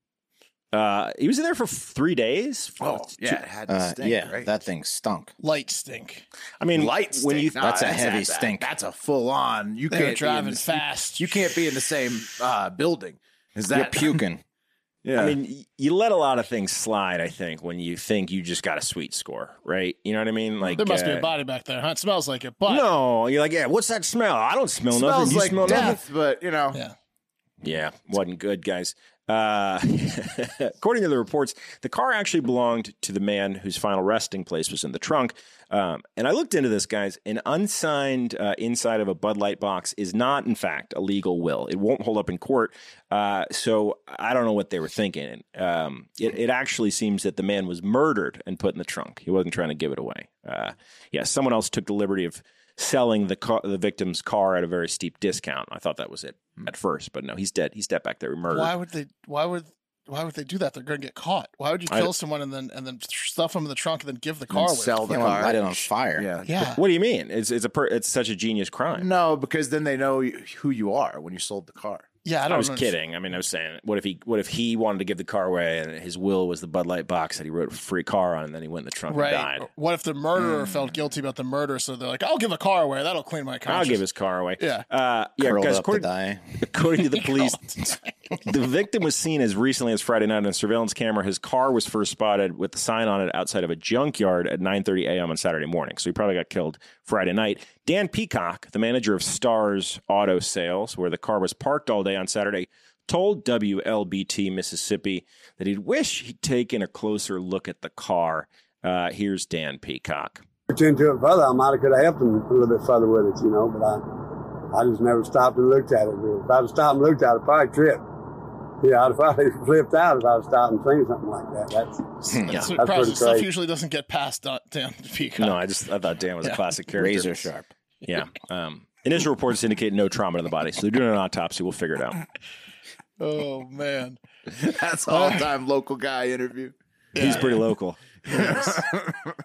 Oh,
Uh, he was in there for f- three days.
yeah, it had to
Uh,
stink,
yeah,
right?
that thing stunk.
Light stink.
I mean,
light
when you
stink. No,
that's a heavy stink.
That's a full on. You
They
can't
were
be
driving
in the,
fast.
You can't be in the same uh, building. Is
You're
that (laughs)
puking.
Yeah.
I mean, y- you let a lot of things slide. I think when you think you just got a sweet score, right? You know what I mean? Like
There must be
uh,
a body back there. Huh? It smells like it, but
No, you're like, yeah. What's that smell? I don't smell nothing.
smells
Do you
like
smell nothing?
death, but you know,
yeah,
Yeah, wasn't good, guys. Uh, (laughs) according to the reports, the car actually belonged to the man whose final resting place was in the trunk. Um, and I looked into this, guys. An unsigned uh, inside of a Bud Light box is not, in fact, a legal will. It won't hold up in court. Uh, so I don't know what they were thinking. Um, it, it actually seems that the man was murdered and put in the trunk. He wasn't trying to give it away. Uh, yeah, someone else took the liberty of selling the car, the victim's car at a very steep discount. I thought that was it at first, but no, he's dead. He's dead back there. He murdered.
why would they? Why would? Why would they do that? They're going to get caught. Why would you
I-
kill someone and then and then stuff them in the trunk and then give the
and
car away?
sell the
Yeah,
car.
light it on fire.
Yeah.
Yeah,
What do you mean? It's it's a per, it's such a genius crime.
No, because then they know who you are when you sold the car. (laughs)
yeah. I
I,
don't.
was
understand.
kidding. I mean, I was saying, what if he what if he wanted to give the car away and his will was the Bud Light box that he wrote free car on, and then he went in the trunk
Right. Oh,
and died. Hmm.
What if the murderer felt guilty about the murder? So they're like, "I'll give a car away. That'll clean my
I'll
conscience."
give his car away.
Yeah.
uh, yeah,
Curled
guys.
up to
According,
die.
According to the police, (laughs) the victim was seen as recently as Friday night on a surveillance camera. His car was first spotted with the sign on it outside of a junkyard at 9:30 a.m. on Saturday morning. So he probably got killed Friday night. Dan Peacock, the manager of Stars Auto Sales, where the car was parked all day on Saturday, told WLBT Mississippi that he'd wish he'd taken a closer look at the car. Uh, here's Dan Peacock.
looked into it further, I might have could have helped him a little bit further with it, you know. But I, I just never stopped and looked at it. If I'd have stopped and looked at it, I'd probably trip. Yeah, I'd probably (laughs) flipped out if I'd have stopped and seen something like that. That's
Hmm,
That's
That's
probably
pretty
stuff
great.
usually doesn't get past (laughs) Dan Dan Peacock.
No, I just I
(laughs)
thought Dan was a classic character.
Razor sharp.
Yeah. Um, initial reports indicate no trauma to the body, so they're doing an autopsy. We'll figure it out.
Oh man.
That's all time local guy interview.
He's pretty local.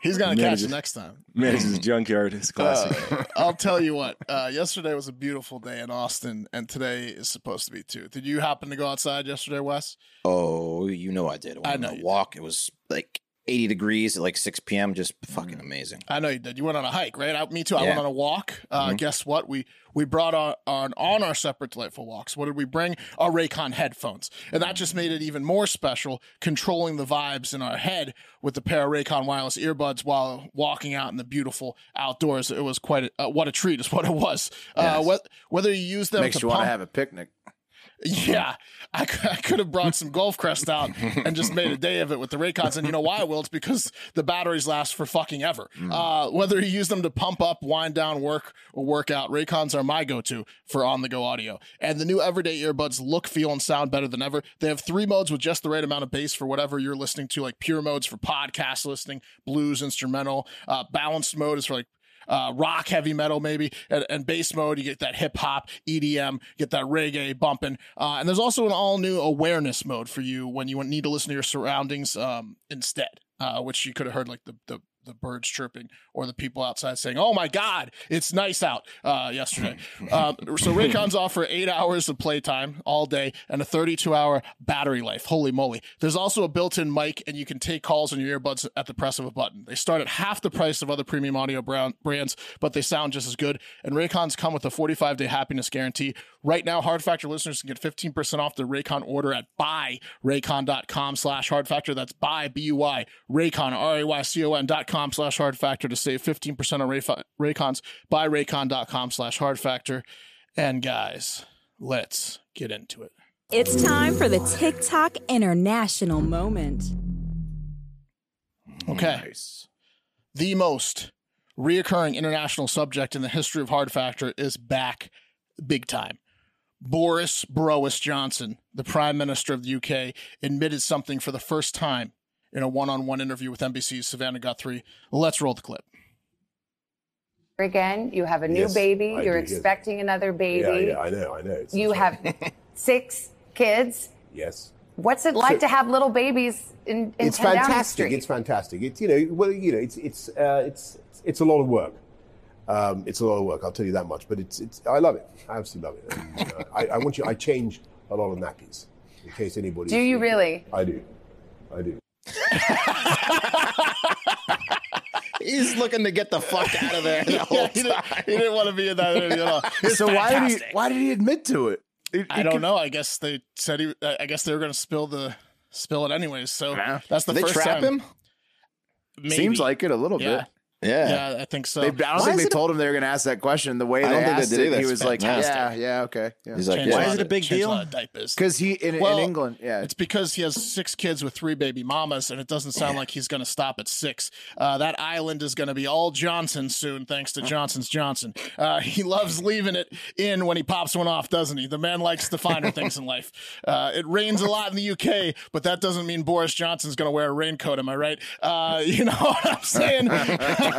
He's gonna catch
Manager.
you next time.
Manages a junkyard. It's classic.
Uh, I'll tell you what. Uh, yesterday was a beautiful day in Austin, and today is supposed to be too. Did you happen to go outside yesterday, Wes?
Oh, you know I did. I went
know
on a
you did.
walk. It was like 80 degrees at like 6 p.m. Just fucking amazing.
I know you did. You went on a hike, right? I, me too. I
Yeah.
went on a walk. Uh,
Mm-hmm.
Guess what? We we brought on, on on our separate delightful walks. What did we bring? Our Raycon headphones, and that just made it even more special. Controlling the vibes in our head with the pair of Raycon wireless earbuds while walking out in the beautiful outdoors. It was quite a, uh, what a treat is what it was. Uh, what, whether you use them
Makes
to
you want to
pump-
have a picnic.
yeah, I, cou- I could have brought some Gulf Crest out and just made a day of it with the Raycons. And you know why, Will? It's because the batteries last for fucking ever. Uh, whether you use them to pump up, wind down, work, or work out, Raycons are my go to for on the go audio. And the new everyday earbuds look, feel, and sound better than ever. They have three modes with just the right amount of bass for whatever you're listening to, like pure modes for podcast listening, blues, instrumental, uh, balanced mode is for like uh, rock, heavy metal, maybe, and, and bass mode. You get that hip hop, EDM, get that reggae bumping. Uh, and there's also an all new awareness mode for you when you need to listen to your surroundings um, instead, uh, which you could have heard like the, the, the birds chirping or the people outside saying, Oh my God, it's nice out uh, yesterday. uh, so Raycons offer eight hours of playtime all day and a 32 hour battery life. Holy moly. There's also a built in mic and you can take calls on your earbuds at the press of a button. They start at half the price of other premium audio brown- brands, but they sound just as good. And Raycons come with a 45 day happiness guarantee. Right now, Hard Factor listeners can get 15% off their Raycon order at buyraycon.com slash hard factor. That's buy, B-U-Y, Raycon, R-A-Y-C-O-N dot com slash hard factor to save 15% on Rayfi- Raycons, buyraycon.com slash hard factor. And guys, let's get into it.
It's time for the TikTok International Moment.
Okay. The most reoccurring international subject in the history of Hard Factor is back big time. Boris Brois Johnson, the Prime Minister of the UK, admitted something for the first time in a one on one interview with NBC's Savannah Guthrie. Let's roll the clip.
Again, you have a new
Yes,
baby.
I
You're
do hear that.
expecting another
Yeah,
baby.
yeah, I know, I know. It's
You
it's like-
have
(laughs)
six kids.
yes.
What's it like
So-
to have little babies in, in
it's
10 Downing
fantastic.
Street?
It's fantastic. It's you know, well, you know, it's it's uh, it's it's a lot of work. Um, it's a lot of work. I'll tell you that much. But it's it's I love it. I absolutely love it. And, uh, I, I want you. I change a lot of nappies in case anybody.
Do you really?
I do. I do.
He's looking to get the fuck out of there the whole
(laughs) He didn't, he didn't want to be in that interview at all.
so why did he why did he admit to it? It-
I
it
don't
could-
know. I guess they said he, I guess they were going to spill the. Spill it anyways. So
Yeah.
that's the
They
first
trap
time.
him?
Maybe.
Seems like it a little
Yeah.
bit.
(laughs) Yeah.
Yeah, I think so.
They, I don't
Why
think
is
they
it a-
told him they were going to ask that question. The way
I
they
don't think they
asked
did
it,
either.
he
It's
was like,
fantastic.
"Yeah, yeah, okay." Because
He's like,
Changed
yeah.
Why
lot
is it a
of-
big
changed
deal?
lot of diapers.
he in,
Well,
in England, yeah,
It's because he has six kids with three baby mamas, and it doesn't sound like he's going to stop at six. Uh, that island is going to be all Johnson soon, thanks to Johnson's Johnson. Uh, (laughs) he loves leaving it in when he pops one off, doesn't he? The man likes the finer things
(laughs)
in life. Uh, it rains a lot in the UK, but that doesn't mean Boris Johnson's going to wear a raincoat. Am I right? Uh, (laughs) you know what
(laughs)
I'm saying? (laughs)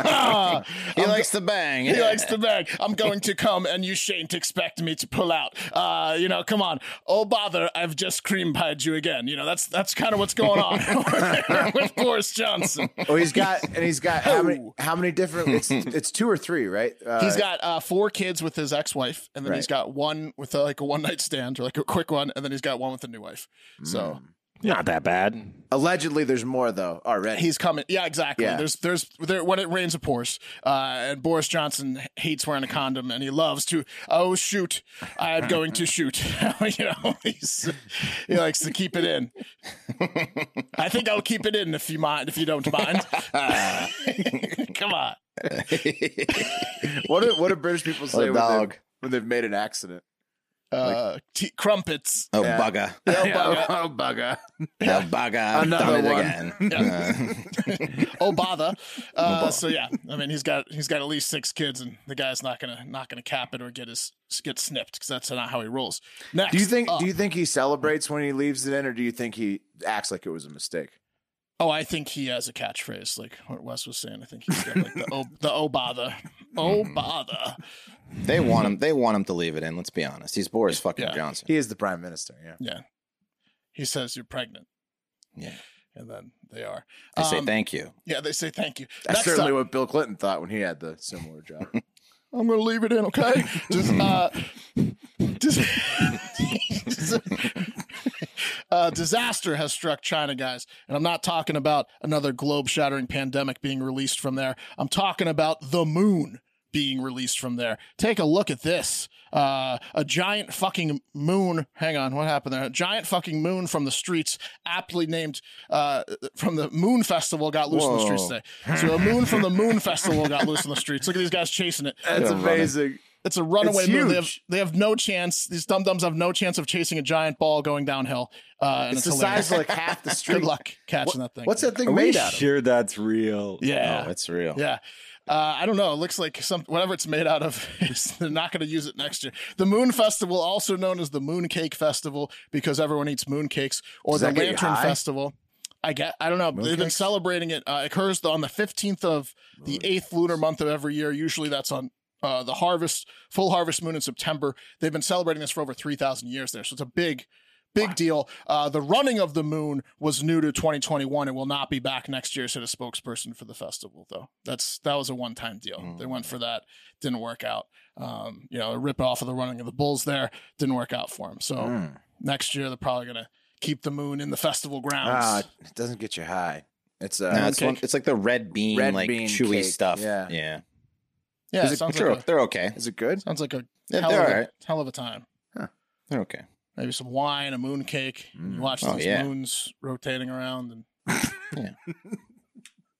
He likes to bang.
He
(laughs)
likes the bag. I'm going to come and you shan't expect me to pull out. Uh, you know, come on. Oh bother, I've just cream pied you again. You know, that's that's kind of what's going
(laughs)
on (laughs) with Boris Johnson.
Oh, he's
(laughs)
got and he's got how many how many different? (laughs) It's it's two or three, right? Uh,
Oh. He's got uh, four kids with his ex-wife, and then he's
Right.
got one with uh, like a one-night stand or like a quick one, and then he's got one with a new wife.
Hmm.
So
Not that bad.
allegedly there's more though already.
he's coming. Yeah, exactly.
Yeah.
There's there's there when it rains, it pours. Uh, and Boris Johnson hates wearing a condom, and he loves to oh shoot, I'm going to shoot. (laughs) you know, he's, he likes to keep it in. I think I'll keep it in if you mind. If you don't mind, (laughs) come on.
what do what do British people say when,
dog.
They've, when they've made an accident?
Uh, t- crumpets.
Oh,
Yeah.
bugger.
Yeah, oh, bugger!
Oh,
(laughs)
bugger.
Another
Done it
one.
again.
(laughs)
Uh,
Oh bother. Uh, So yeah, I mean he's got he's got at least six kids, and the guy's not gonna not gonna cap it or get his get snipped because that's not how he rolls. Next,
Do
uh,
you think
up.
do you think he celebrates when he leaves it in, or do you think he acts like it was a mistake?
Oh, I think he has a catchphrase, like what Wes was saying. I think he's
(laughs)
got like the oh, the oh bother, oh bother.
They want him. They want him to leave it in. Let's be honest. He's Boris fucking
Yeah.
Johnson.
He is the prime minister. Yeah.
Yeah, he says you're pregnant,
Yeah.
and then they are.
They say
Um,
thank you.
Yeah, they say thank you.
That's
Next
certainly
up-
what Bill Clinton thought when he had the similar job.
I'm gonna leave it
(laughs)
in, okay? Just, uh, just, (laughs) uh, disaster has struck China, guys. And I'm not talking about another globe shattering pandemic being released from there. I'm talking about the moon being released from there. Take a look at this. Uh, a giant fucking moon. Hang on, what happened there? A giant fucking moon from the streets, aptly named uh, from the Moon Festival, got loose in the streets today. So a moon from the Moon Festival got loose in the streets. Look at these guys chasing it.
(laughs) That's amazing.
It's a runaway
It's
moon. They have,
huge.
they have no chance. These dum dums have no chance of chasing a giant ball going downhill. Uh, and
It's
it's,
the
hilarious.
size of like
(laughs)
(laughs)
half the street.
Good luck catching that thing.
What's that thing
Are we
made out of?
sure that's real?
Yeah.
Oh, it's real.
Yeah. Uh, I don't know. It looks like some whatever it's made out of. (laughs) is- they're not going to use it next year. The Moon Festival, also known as the Moon Cake Festival, because everyone eats moon cakes, or
Does
the
that get you
Lantern
high?
Festival. I get. I don't know. They've been
cakes?
celebrating it. Uh, it occurs on the fifteenth of the eighth lunar month of every year. Usually, that's on. Uh, the harvest, full harvest moon in September. They've been celebrating this for over 3,000 years there. So it's a big, big deal. Uh, the running of the moon was new to 2021 and will not be back next year, said a spokesperson for the festival. Though that's that was a one-time deal. They
Hmm.
went for that, didn't work out. Um, you know, a rip off of the running of the bulls there didn't work out for them. So
Hmm.
next year they're probably gonna keep the moon in the festival grounds.
Ah, it doesn't get you high. It's uh,
No, it's,
Moon
one,
cake.
it's like the red bean,
Red
like
bean
chewy
cake,
stuff.
yeah.
yeah.
yeah,
Is it-
sounds
they're,
like a,
they're okay.
is it good?
sounds like a
Yeah,
hell,
they're
of
all
a
right.
hell of a time.
They're okay.
Maybe some wine, a moon cake. and You watch
Oh,
these
yeah.
moons rotating around
(laughs)
and
Yeah.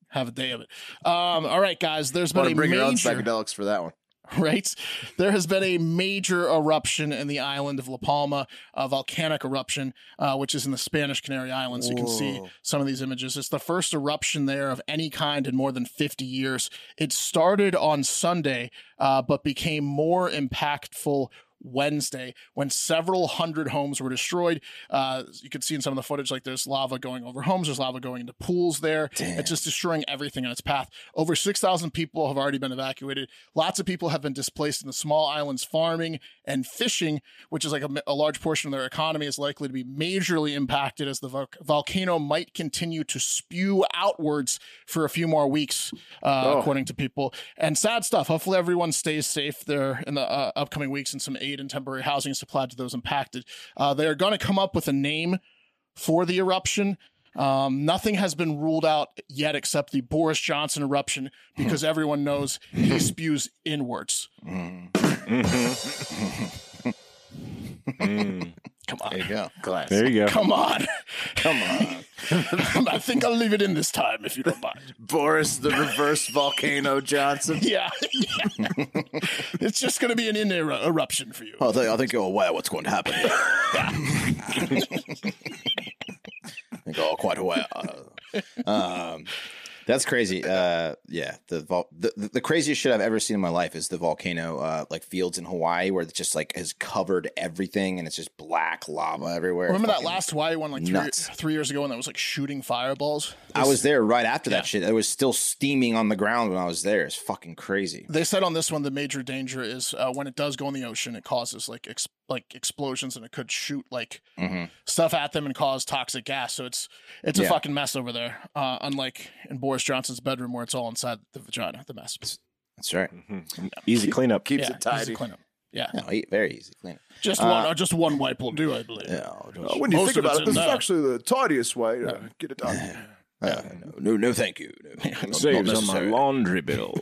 have a day of it. Um, all right, guys. There's been
Want to
a
bring your own
major
psychedelics for that one?
(laughs) right? There has been a major eruption in the island of La Palma, a volcanic eruption, uh, which is in the Spanish Canary Islands. You can see some of these images. It's the first eruption there of any kind in more than 50 years. It started on Sunday, uh, but became more impactful. Wednesday, when several hundred homes were destroyed. Uh, you can see in some of the footage, like there's lava going over homes, there's lava going into pools there. It's just destroying everything in its path. Over 6,000 people have already been evacuated. Lots of people have been displaced in the small islands. Farming and fishing, which is like a, m- a large portion of their economy, is likely to be majorly impacted as the vol- volcano might continue to spew outwards for a few more weeks, uh, according to people. And sad stuff. Hopefully, everyone stays safe there in the uh, upcoming weeks, and some aid and temporary housing is supplied to those impacted. Uh, they are going to come up with a name for the eruption. Um, nothing has been ruled out yet except the Boris Johnson eruption
Hmm.
because everyone knows he spews inwards. Come on.
There you go.
Glass.
There you go.
Come on. Come on. (laughs) I think I'll leave it in this time if you don't mind.
Boris (laughs) the reverse volcano (laughs) Johnson.
(laughs)
Yeah. it's just going to be an in era eruption for you.
Oh, they, I think you're aware what's going to happen. here. (laughs) I think you're quite aware. Um, that's crazy. Uh, yeah, the, vol- the the the craziest shit I've ever seen in my life is the volcano, uh, like fields in Hawaii, where it's just like has covered everything, and it's just black lava everywhere.
Remember that
Fucking-
last Hawaii one like three,
nuts.
three years ago when that was like shooting fireballs?
I was there right after that shit. It was still steaming on the ground when I was there. It's fucking crazy.
They said on this one the major danger is uh, when it does go in the ocean, it causes like ex- like explosions and it could shoot like
hmm
stuff at them and cause toxic gas. So it's it's a
Yeah.
fucking mess over there. Uh, unlike in Boris Johnson's bedroom where it's all inside the vagina, the mess.
That's right.
Mm-hmm.
Easy cleanup.
Keeps
yeah,
it
easy
tidy.
cleanup. Yeah,
No, e- very easy clean.
just
Uh,
one, uh, just one wipe will do, I believe.
Yeah,
Uh, when you
Most
think
of
about
it's
it,
in
this is
there.
actually the tidiest way to get it done.
(sighs)
(sighs) Uh, no, no, no, thank you. No, not-
(laughs)
not
Saves on my
necessary.
laundry bill.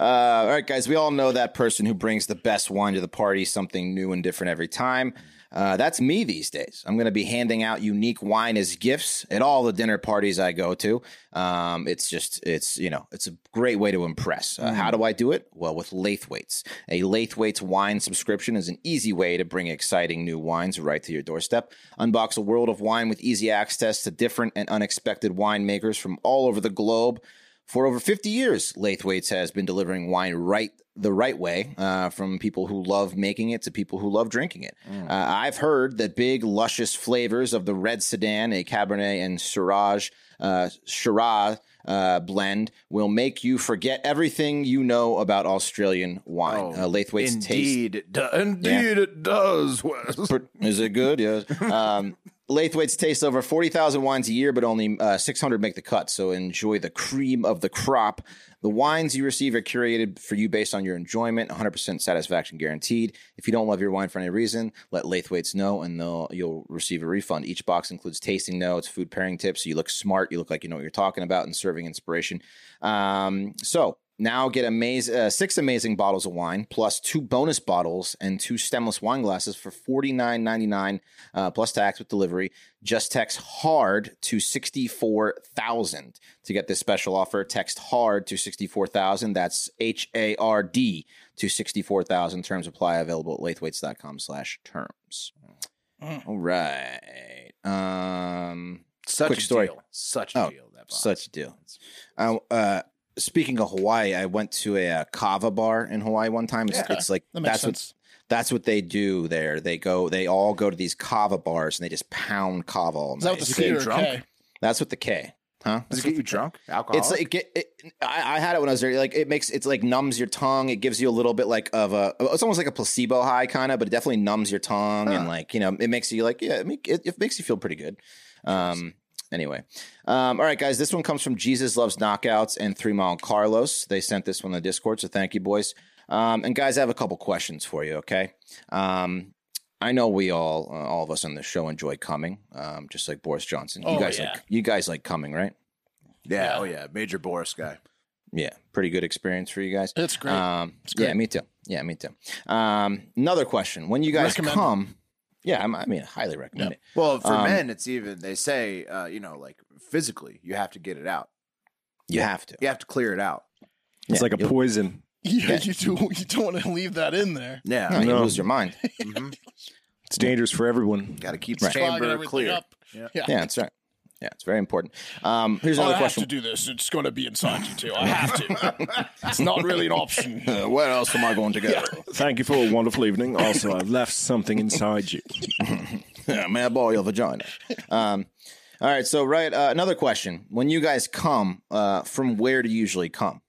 Uh, all right, guys, we all know that person who brings the best wine to the party, something new and different every time. Uh, that's me these days. I'm going to be handing out unique wine as gifts at all the dinner parties I go to. Um, it's just, it's, you know, it's a great way to impress. Uh, How do I do it? Well, with Lathwaite's. A Lathwaite's wine subscription is an easy way to bring exciting new wines right to your doorstep. Unbox a world of wine with easy access to different and unexpected winemakers from all over the globe. For over 50 years, Lathwaite's has been delivering wine right the right way uh, from people who love making it to people who love drinking it. Uh, I've heard that big, luscious flavors of the Red Sedan, a Cabernet and Shiraz, uh, Shiraz uh, blend will make you forget everything you know about Australian
Oh,
wine. uh, Lathwaite's taste
(laughs) Indeed, it do- indeed it does. Wes.
is it good? Yes. Um, Lathwaite's tastes over 40,000 wines a year, but only uh, 600 make the cut. So enjoy the cream of the crop. The wines you receive are curated for you based on your enjoyment, 100% satisfaction guaranteed. If you don't love your wine for any reason, let Lathwaite's know and they'll, you'll receive a refund. Each box includes tasting notes, food pairing tips. So you look smart, you look like you know what you're talking about, and serving inspiration. Um, so now get amaz- uh, six amazing bottles of wine plus two bonus bottles and two stemless wine glasses for $49.99 uh, plus tax with delivery. Just text HARD to 64000 to get this special offer. Text HARD to 64000. That's H A R D to 64000. Terms apply available at lathwaites.com slash terms. All right. Um,
Such
Quick
a
story.
deal. Such a
Oh,
deal. That box.
such a deal. I, uh, speaking of Hawaii, I went to a, uh kava bar in Hawaii one time. It's,
Yeah.
it's like
That makes
that's what
sense.
that's what they do there. They go, they all go to these kava bars and they just pound kava. All
Is that
night.
with the
you
C
getting
or a
drunk?
K?
That's what the K, huh?
Does it get you drunk? Alcohol.
It's like it, it, I, I had it when I was there. Like it makes it's like numbs your tongue. It gives you a little bit like of a. It's almost like a placebo high kind of, but it definitely numbs your tongue and like you know it makes you like yeah it, make, it, it makes you feel pretty good. Um. Anyway, um, all right, guys. This one comes from Jesus Loves Knockouts and Three Mile Carlos. They sent this one to Discord, so thank you, boys. Um, and guys, I have a couple questions for you. Okay. Um, I know we all, uh, all of us on the show, enjoy coming, um, just like Boris Johnson. You
Oh,
guys
yeah.
like you guys like coming, right?
yeah, oh yeah, Major Boris guy.
yeah, pretty good experience for you guys.
It's great.
Um,
great.
Yeah, me too. Yeah, me too. Um, another question: When you guys
Recommend.
come, yeah, I'm, I mean, I highly recommend
Yeah.
it.
Well, for
Um,
men, it's even they say, uh, you know, like physically, you have to get it out.
You have to.
You have to clear it out.
It's
Yeah,
like a
you'll-
poison.
(laughs) Yeah, you do. You don't want to leave that in there.
Yeah,
No, you
No.
lose your mind.
It's dangerous for everyone.
got to keep
Right.
the
Clogging
chamber
everything
clear.
up.
Yeah.
Yeah, that's right. Yeah, it's very important. Um, here's
Oh, I
another
have to
question.
do this. It's going to be inside you too. I have to. it's not really an option.
Uh, where else am I going to (laughs) go?
Thank you for a wonderful evening. Also, I've left something inside you.
Yeah, may I borrow your vagina? Um, all right. So, right. Uh, another question: When you guys come, uh, from where do you usually come?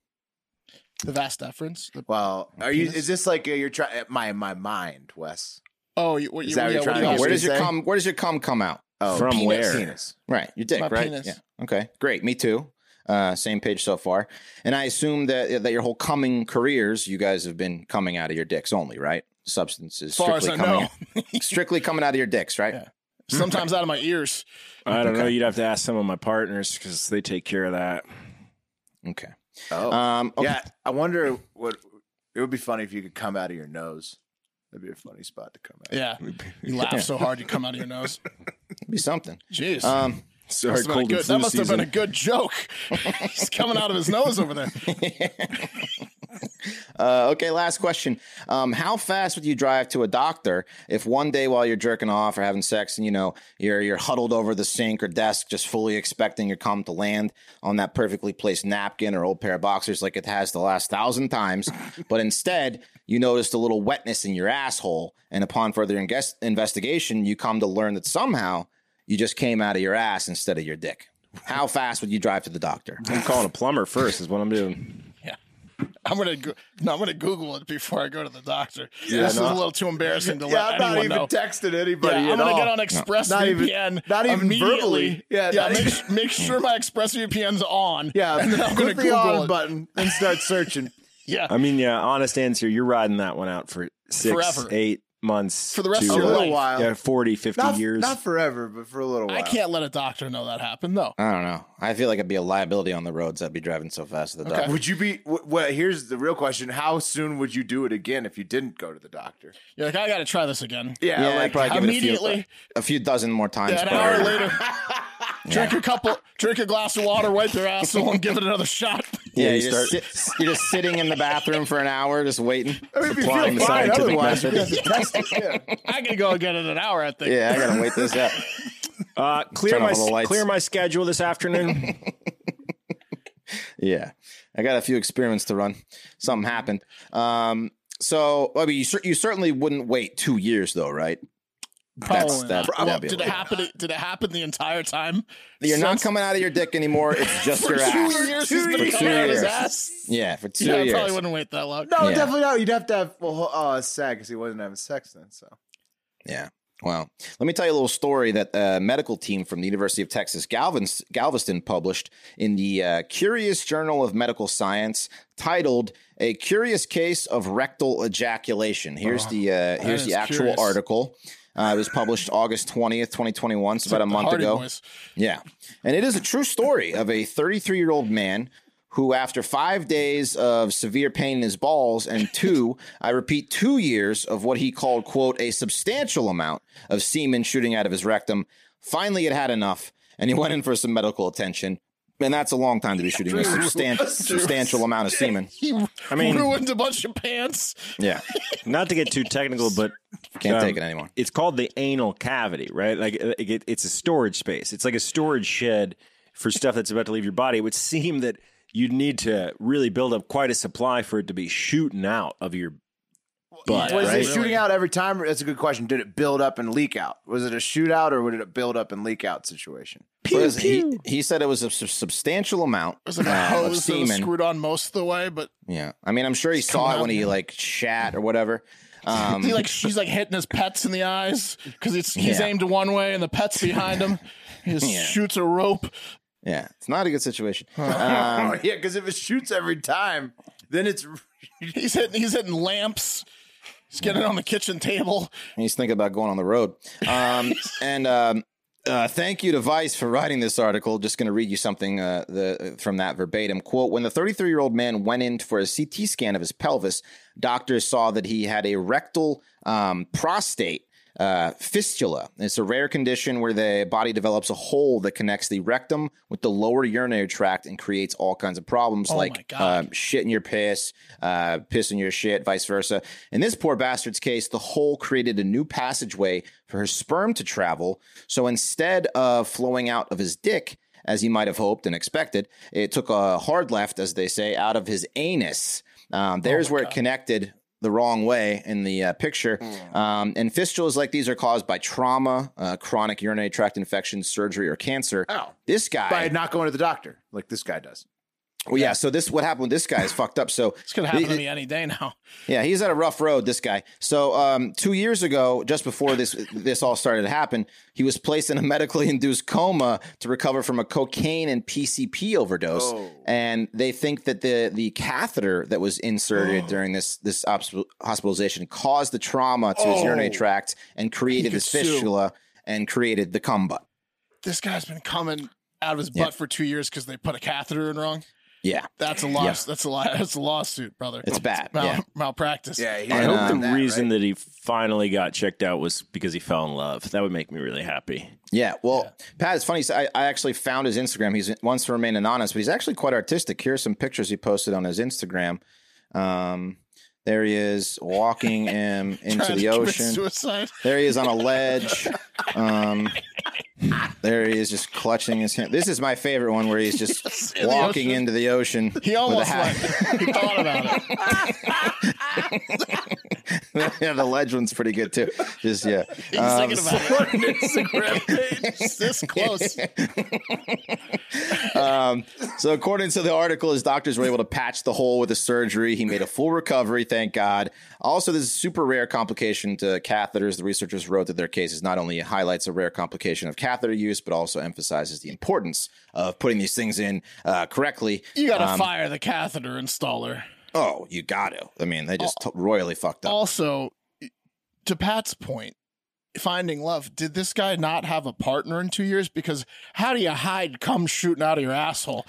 The vast deference. The,
Well, are you? Is this like uh, you're trying? My my mind, Wes.
oh, you, what,
Is
you,
that what
yeah,
you're trying to
what do you
get?
always
Where
gonna
does your
say?
cum? Where does your cum come out? Uh,
Oh,
From
penis.
where?
penis.
Right, your dick,
My
right?
penis.
Yeah. Okay. Great. Me too. Uh, same page so far. And I assume that that your whole coming careers, you guys have been coming out of your dicks only, right? Substances
As far as
strictly
I
coming
know,
out, (laughs) strictly coming out of your dicks, right?
Yeah. sometimes out of my ears.
I don't know. You'd have to ask some of my partners because they take care of that.
Okay.
Oh,
Uh,
Um, okay.
yeah. I wonder what it would be funny if you could come out of your nose. That'd be a funny spot to come out. (laughs)
Yeah, you laugh so hard you come out of your nose.
It'd be something.
Jeez.
Um,
Sorry,
Must've been a
cold and
good-
flu
that must have
season.
been a good joke.
(laughs)
He's coming out of his nose over there.
Uh, okay, last question. Um, how fast would you drive to a doctor if one day while you're jerking off or having sex and you know you're you're huddled over the sink or desk, just fully expecting your cum to land on that perfectly placed napkin or old pair of boxers like it has the last thousand times, but instead you noticed a little wetness in your asshole, and upon further inges- investigation, you come to learn that somehow you just came out of your ass instead of your dick. How fast would you drive to the doctor?
I'm calling a plumber first, is what I'm doing.
Yeah. I'm gonna go- no, I'm gonna Google it before I go to the doctor. this is a little too embarrassing to
Yeah,
let
I'm not
anyone
even
know.
texting anybody.
yeah, I'm
at
gonna
all.
get on ExpressVPN.
Not even- not even
immediately.
verbally. Yeah,
Yeah,
not
make,
even-
make sure my ExpressVPN's on.
(laughs) Yeah,
and then (laughs) I'm gonna
click the
Google
on
it.
button and start
(laughs)
searching.
yeah,
I mean, yeah, honest answer. You're riding that one out for six,
Forever.
eight months.
For the rest
to,
of your
uh,
life.
while.
Yeah, 40, 50
not,
years.
not forever, but for a little while.
I can't let a doctor know that happened though.
I don't know. I feel like it'd be a liability on the roads. I'd be driving so fast to the
Okay.
doctor.
Would you be? wh- Well, here's the real question: How soon would you do it again if you didn't go to the doctor?
You're like, I gotta try this again.
Yeah, I'd probably give it a
immediately.
few, a few dozen more times.
Yeah, an
probably. (laughs)
hour later. Drink a couple, drink a glass of water, wipe your asshole, and give it another shot.
Yeah,
you
you're, just sit- you're just sitting in the bathroom for an hour, just waiting, applying the
fine
scientific
otherwise,
method.
(laughs)
(laughs)
I can go again in an hour, I think.
Yeah, I gotta wait this out.
uh, clear
Turn off
my
all the lights.
clear my schedule this afternoon. (laughs)
Yeah, I got a few experiments to run. Something happened. Um, so I mean, you, cer- you certainly wouldn't wait two years though, right?
Probably.
That's- that's-
Well,
that'd be
did
a
it
lot.
happen? Did it happen the entire time?
You're not
Since-
coming out of your dick anymore.
(laughs)
It's just
for
your
two
ass.
years.
Two
He's been
years.
coming out of his
Two years.
ass.
Yeah, for two
Yeah, I
years.
probably wouldn't wait that long.
No,
Yeah.
uh, definitely not. You'd have to have well, ho- oh, it's sad because he wasn't having sex then. So
Yeah. Wow. Let me tell you a little story that a medical team from the University of Texas Galvins- Galveston published in the uh, Curious Journal of Medical Science titled A Curious Case of Rectal Ejaculation. Here's the uh, here's
is
the actual
curious.
article. Uh, it was published August 20th, 2021. It's about a
The
month
Hardy
ago.
Boys.
Yeah. And it is a true story of a 33 year old man who, after five days of severe pain in his balls and
(laughs)
two, I repeat, two years of what he called, quote, a substantial amount of semen shooting out of his rectum, finally had had enough and he went in for some medical attention. And that's a long time to be shooting a substantial, substantial amount of semen.
He (laughs)
I mean-
ruined a bunch of pants.
Yeah.
Not to get too technical, but
Can't
um,
take it anymore.
It's called the anal cavity, right? Like it, it- it's a storage space. It's like a storage shed for stuff that's about to leave your body. It would seem that you'd need to really build up quite a supply for it to be shooting out of your butt,
Was
right?
it shooting out every time? That's a good question. Did it build up and leak out? Was it a shootout or would it build up and leak out situation? (laughs)
What is it? He, he said it was a sub- substantial amount
It was like a
uh, of
hose that was
semen.
screwed on most of the way, but
yeah. I mean, I'm sure he saw it
out
when he
now.
like shat or whatever. Um,
(laughs) he like she's like hitting his pets in the eyes because it's he's
Yeah.
aimed one way and the pet's behind him. He just shoots a rope.
Yeah, it's not a good situation. Um,
oh, yeah, because if it shoots every time, then it's
He's hitting he's hitting lamps. He's getting on the kitchen table.
He's thinking about going on the road.
(laughs)
Um, and um, uh, thank you to Vice for writing this article. Just going to read you something uh, the, from that verbatim quote. When the 33 year old man went in for a CT scan of his pelvis, doctors saw that he had a rectal um, prostate. Uh, fistula. It's a rare condition where the body develops a hole that connects the rectum with the lower urinary tract and creates all kinds of problems
Oh my
like
God.
uh, shit in your piss, uh, piss in your shit, vice versa. In this poor bastard's case, the hole created a new passageway for her sperm to travel. So instead of flowing out of his dick, as he might have hoped and expected, it took a hard left, as they say, out of his anus. Um, there's where it connected the wrong way in the uh, picture. Um, and fistulas like these are caused by trauma, uh, chronic urinary tract infection, surgery, or cancer.
Ow.
This guy,
Oh. by not going to the doctor like this guy does.
well, yeah. So this, what happened with this guy is fucked up. So
It's gonna happen to me any day now.
Yeah, he's at a rough road. This guy. So um, two years ago, just before this this all started to happen, he was placed in a medically (laughs) induced coma to recover from a cocaine and PCP overdose. And they think that the the catheter that was inserted during this this obs- hospitalization caused the trauma to his urinary tract and created
could
this fistula and created the cum butt.
This guy's been coming out of his
Yeah.
butt for two years because they put a catheter in wrong.
Yeah,
That's a loss. That's a lot. That's a lawsuit, brother.
It's bad,
mal-
yeah.
malpractice.
he
I hope the
done that,
reason
right?
that he finally got checked out was because he fell in love. That would make me really happy.
yeah. Well, Pat, it's funny. so I, I actually found his Instagram. He's wants to remain anonymous, but he's actually quite artistic. Here are some pictures he posted on his Instagram. Um, there he is
(laughs)
walking him
Trying
into
to
the
commit
ocean.
Suicide.
There he is on a ledge. Um, there he is just clutching his hand. This is my favorite one where he's
(laughs)
just
in the
walking
ocean.
into the ocean.
He almost went. he thought about it.
(laughs) yeah, the ledge one's pretty good too. Just yeah. (laughs)
He's
Um,
thinking about it. (laughs) It's this close.
So, according to the article, his doctors were able to patch the hole with a surgery. He made a full recovery, thank God. Also, this is a super rare complication to catheters. The researchers wrote that their cases not only highlights a rare complication of catheter use, but also emphasizes the importance of putting these things in uh, correctly. Um,
You got to fire the catheter installer.
Oh, you got to. I mean, they just t- royally fucked up.
Also, to Pat's point, finding love, did this guy not have a partner in two years? Because how do you hide cum shooting out of your asshole?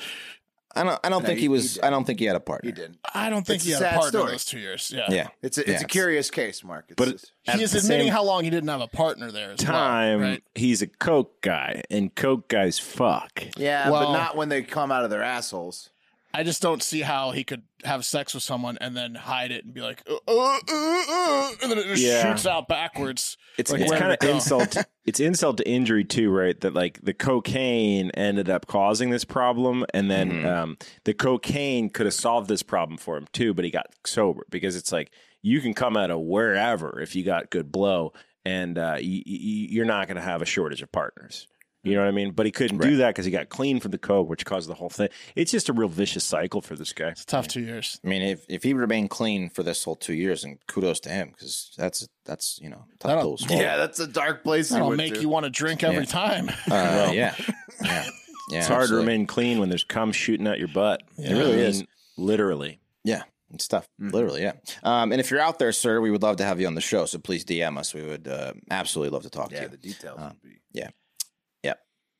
I don't. I don't think
he-
he, was.
he
I don't think he had a partner.
He didn't.
I don't think
It's
he
a
had a
sad
partner
story.
in those two years. Yeah.
Yeah,
It's a, it's a
Yeah.
curious case, Mark. It's,
But at
He is
the
admitting
same
how long he didn't have a partner there. as well,
time,
right?
he's a coke guy, and coke guys fuck.
yeah,
Well-
but not when they come out of their assholes.
I just don't see how he could have sex with someone and then hide it and be like, uh, uh, uh, uh, and then it just
Yeah.
shoots out backwards.
It's
Like,
it's
where
kind of
did it go? (laughs)
insult. it's insult to injury too, right? That like the cocaine ended up causing this problem, and then
Mm-hmm.
um, the cocaine could have solved this problem for him too, but he got sober because it's like you can come out of wherever if you got good blow, and uh, y- y- y- you're not going to have a shortage of partners. You know what I mean? But he couldn't do that because he got clean from the coke, which caused the whole thing. It's just a real vicious cycle for this guy.
Tough two years.
I mean, if, if he remained clean for this whole two years, and kudos to him because that's that's you know tough
That'll-
pill to swallow.
Yeah, (laughs) that's a dark place.
That'll
went
make
to.
you want to drink every
Yeah.
time.
Uh, yeah, yeah, yeah.
it's hard to
absolutely.
remain clean when there's cum shooting out your butt.
It really
is.
Literally.
Yeah, it's tough.
Mm.
Literally, yeah. Um, and if you're out there, sir, we would love to have you on the show. So please DM us. We would uh, absolutely love to talk to
Yeah,
you.
the details
Uh,
would be.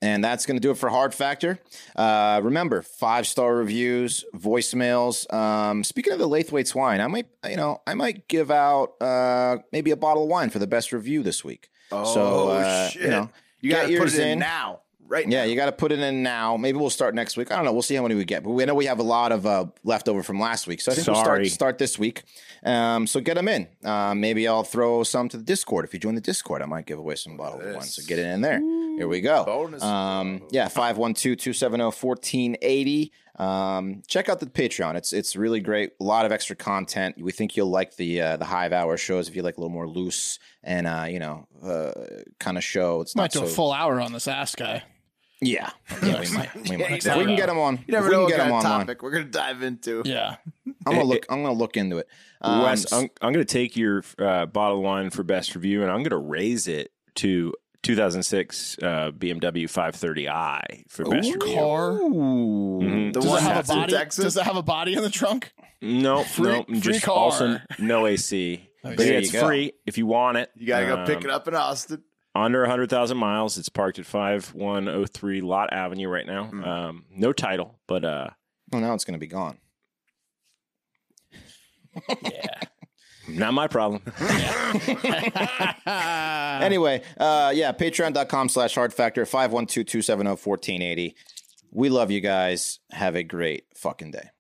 And that's going to do it for Hard Factor. Uh, remember, five star reviews, voicemails. Um, speaking of the Lathwaite's wine, I might, you know, I might give out uh, maybe a bottle of wine for the best review this week. so, uh,
Oh, shit!
you know,
you
get
gotta put
yours
it in,
in.
now, right?
yeah, you got to put it in now. Maybe we'll start next week. I don't know. We'll see how many we get, but we know we have a lot of uh, leftover from last week, so I think we'll start
Sorry.
start this week. Um, so get them in. Uh, maybe I'll throw some to the Discord. If you join the Discord, I might give away some bottle of
Yes.
wine. So get it in there. Here we go.
Bonus.
Um, yeah, 512-270-1480. oh, Um, check out the Patreon. It's it's really great. A lot of extra content. We think you'll like the uh, the Hive Hour shows if you like a little more loose and uh, you know uh, kind of show. It's
Might
not
do
so
a full hour on this ass guy.
yeah, yeah, we might. We
(laughs) Yeah,
might.
you
If we
never
can get him on.
You never
if we
know
can
what
get him
kind of
online.
topic we're gonna dive into.
Yeah.
I'm gonna look. I'm gonna look into it. Um,
Wes, I'm, I'm going to take your uh, bottle of wine for best review, and I'm going to raise it to 2006 uh, BMW 530i for best review.
Car.
Mhm.
The
Mm-hmm. Does
one
it have
that's
a
in
body?
Texas?
Does it have a body in the trunk?
No,
Free-
no,
free
just
car.
also no AC. but
There
yeah,
you
it's
go.
free if you want it.
you gotta go
Um,
pick it up in Austin.
under 100,000 miles. It's parked at 5103 Lot Avenue right now. Um, no title, but uh,
well, now it's gonna be gone.
not my problem. (laughs)
Anyway, uh, yeah, patreon.com slash hard factor oh, 512 270 1480. We love you guys. Have a great fucking day.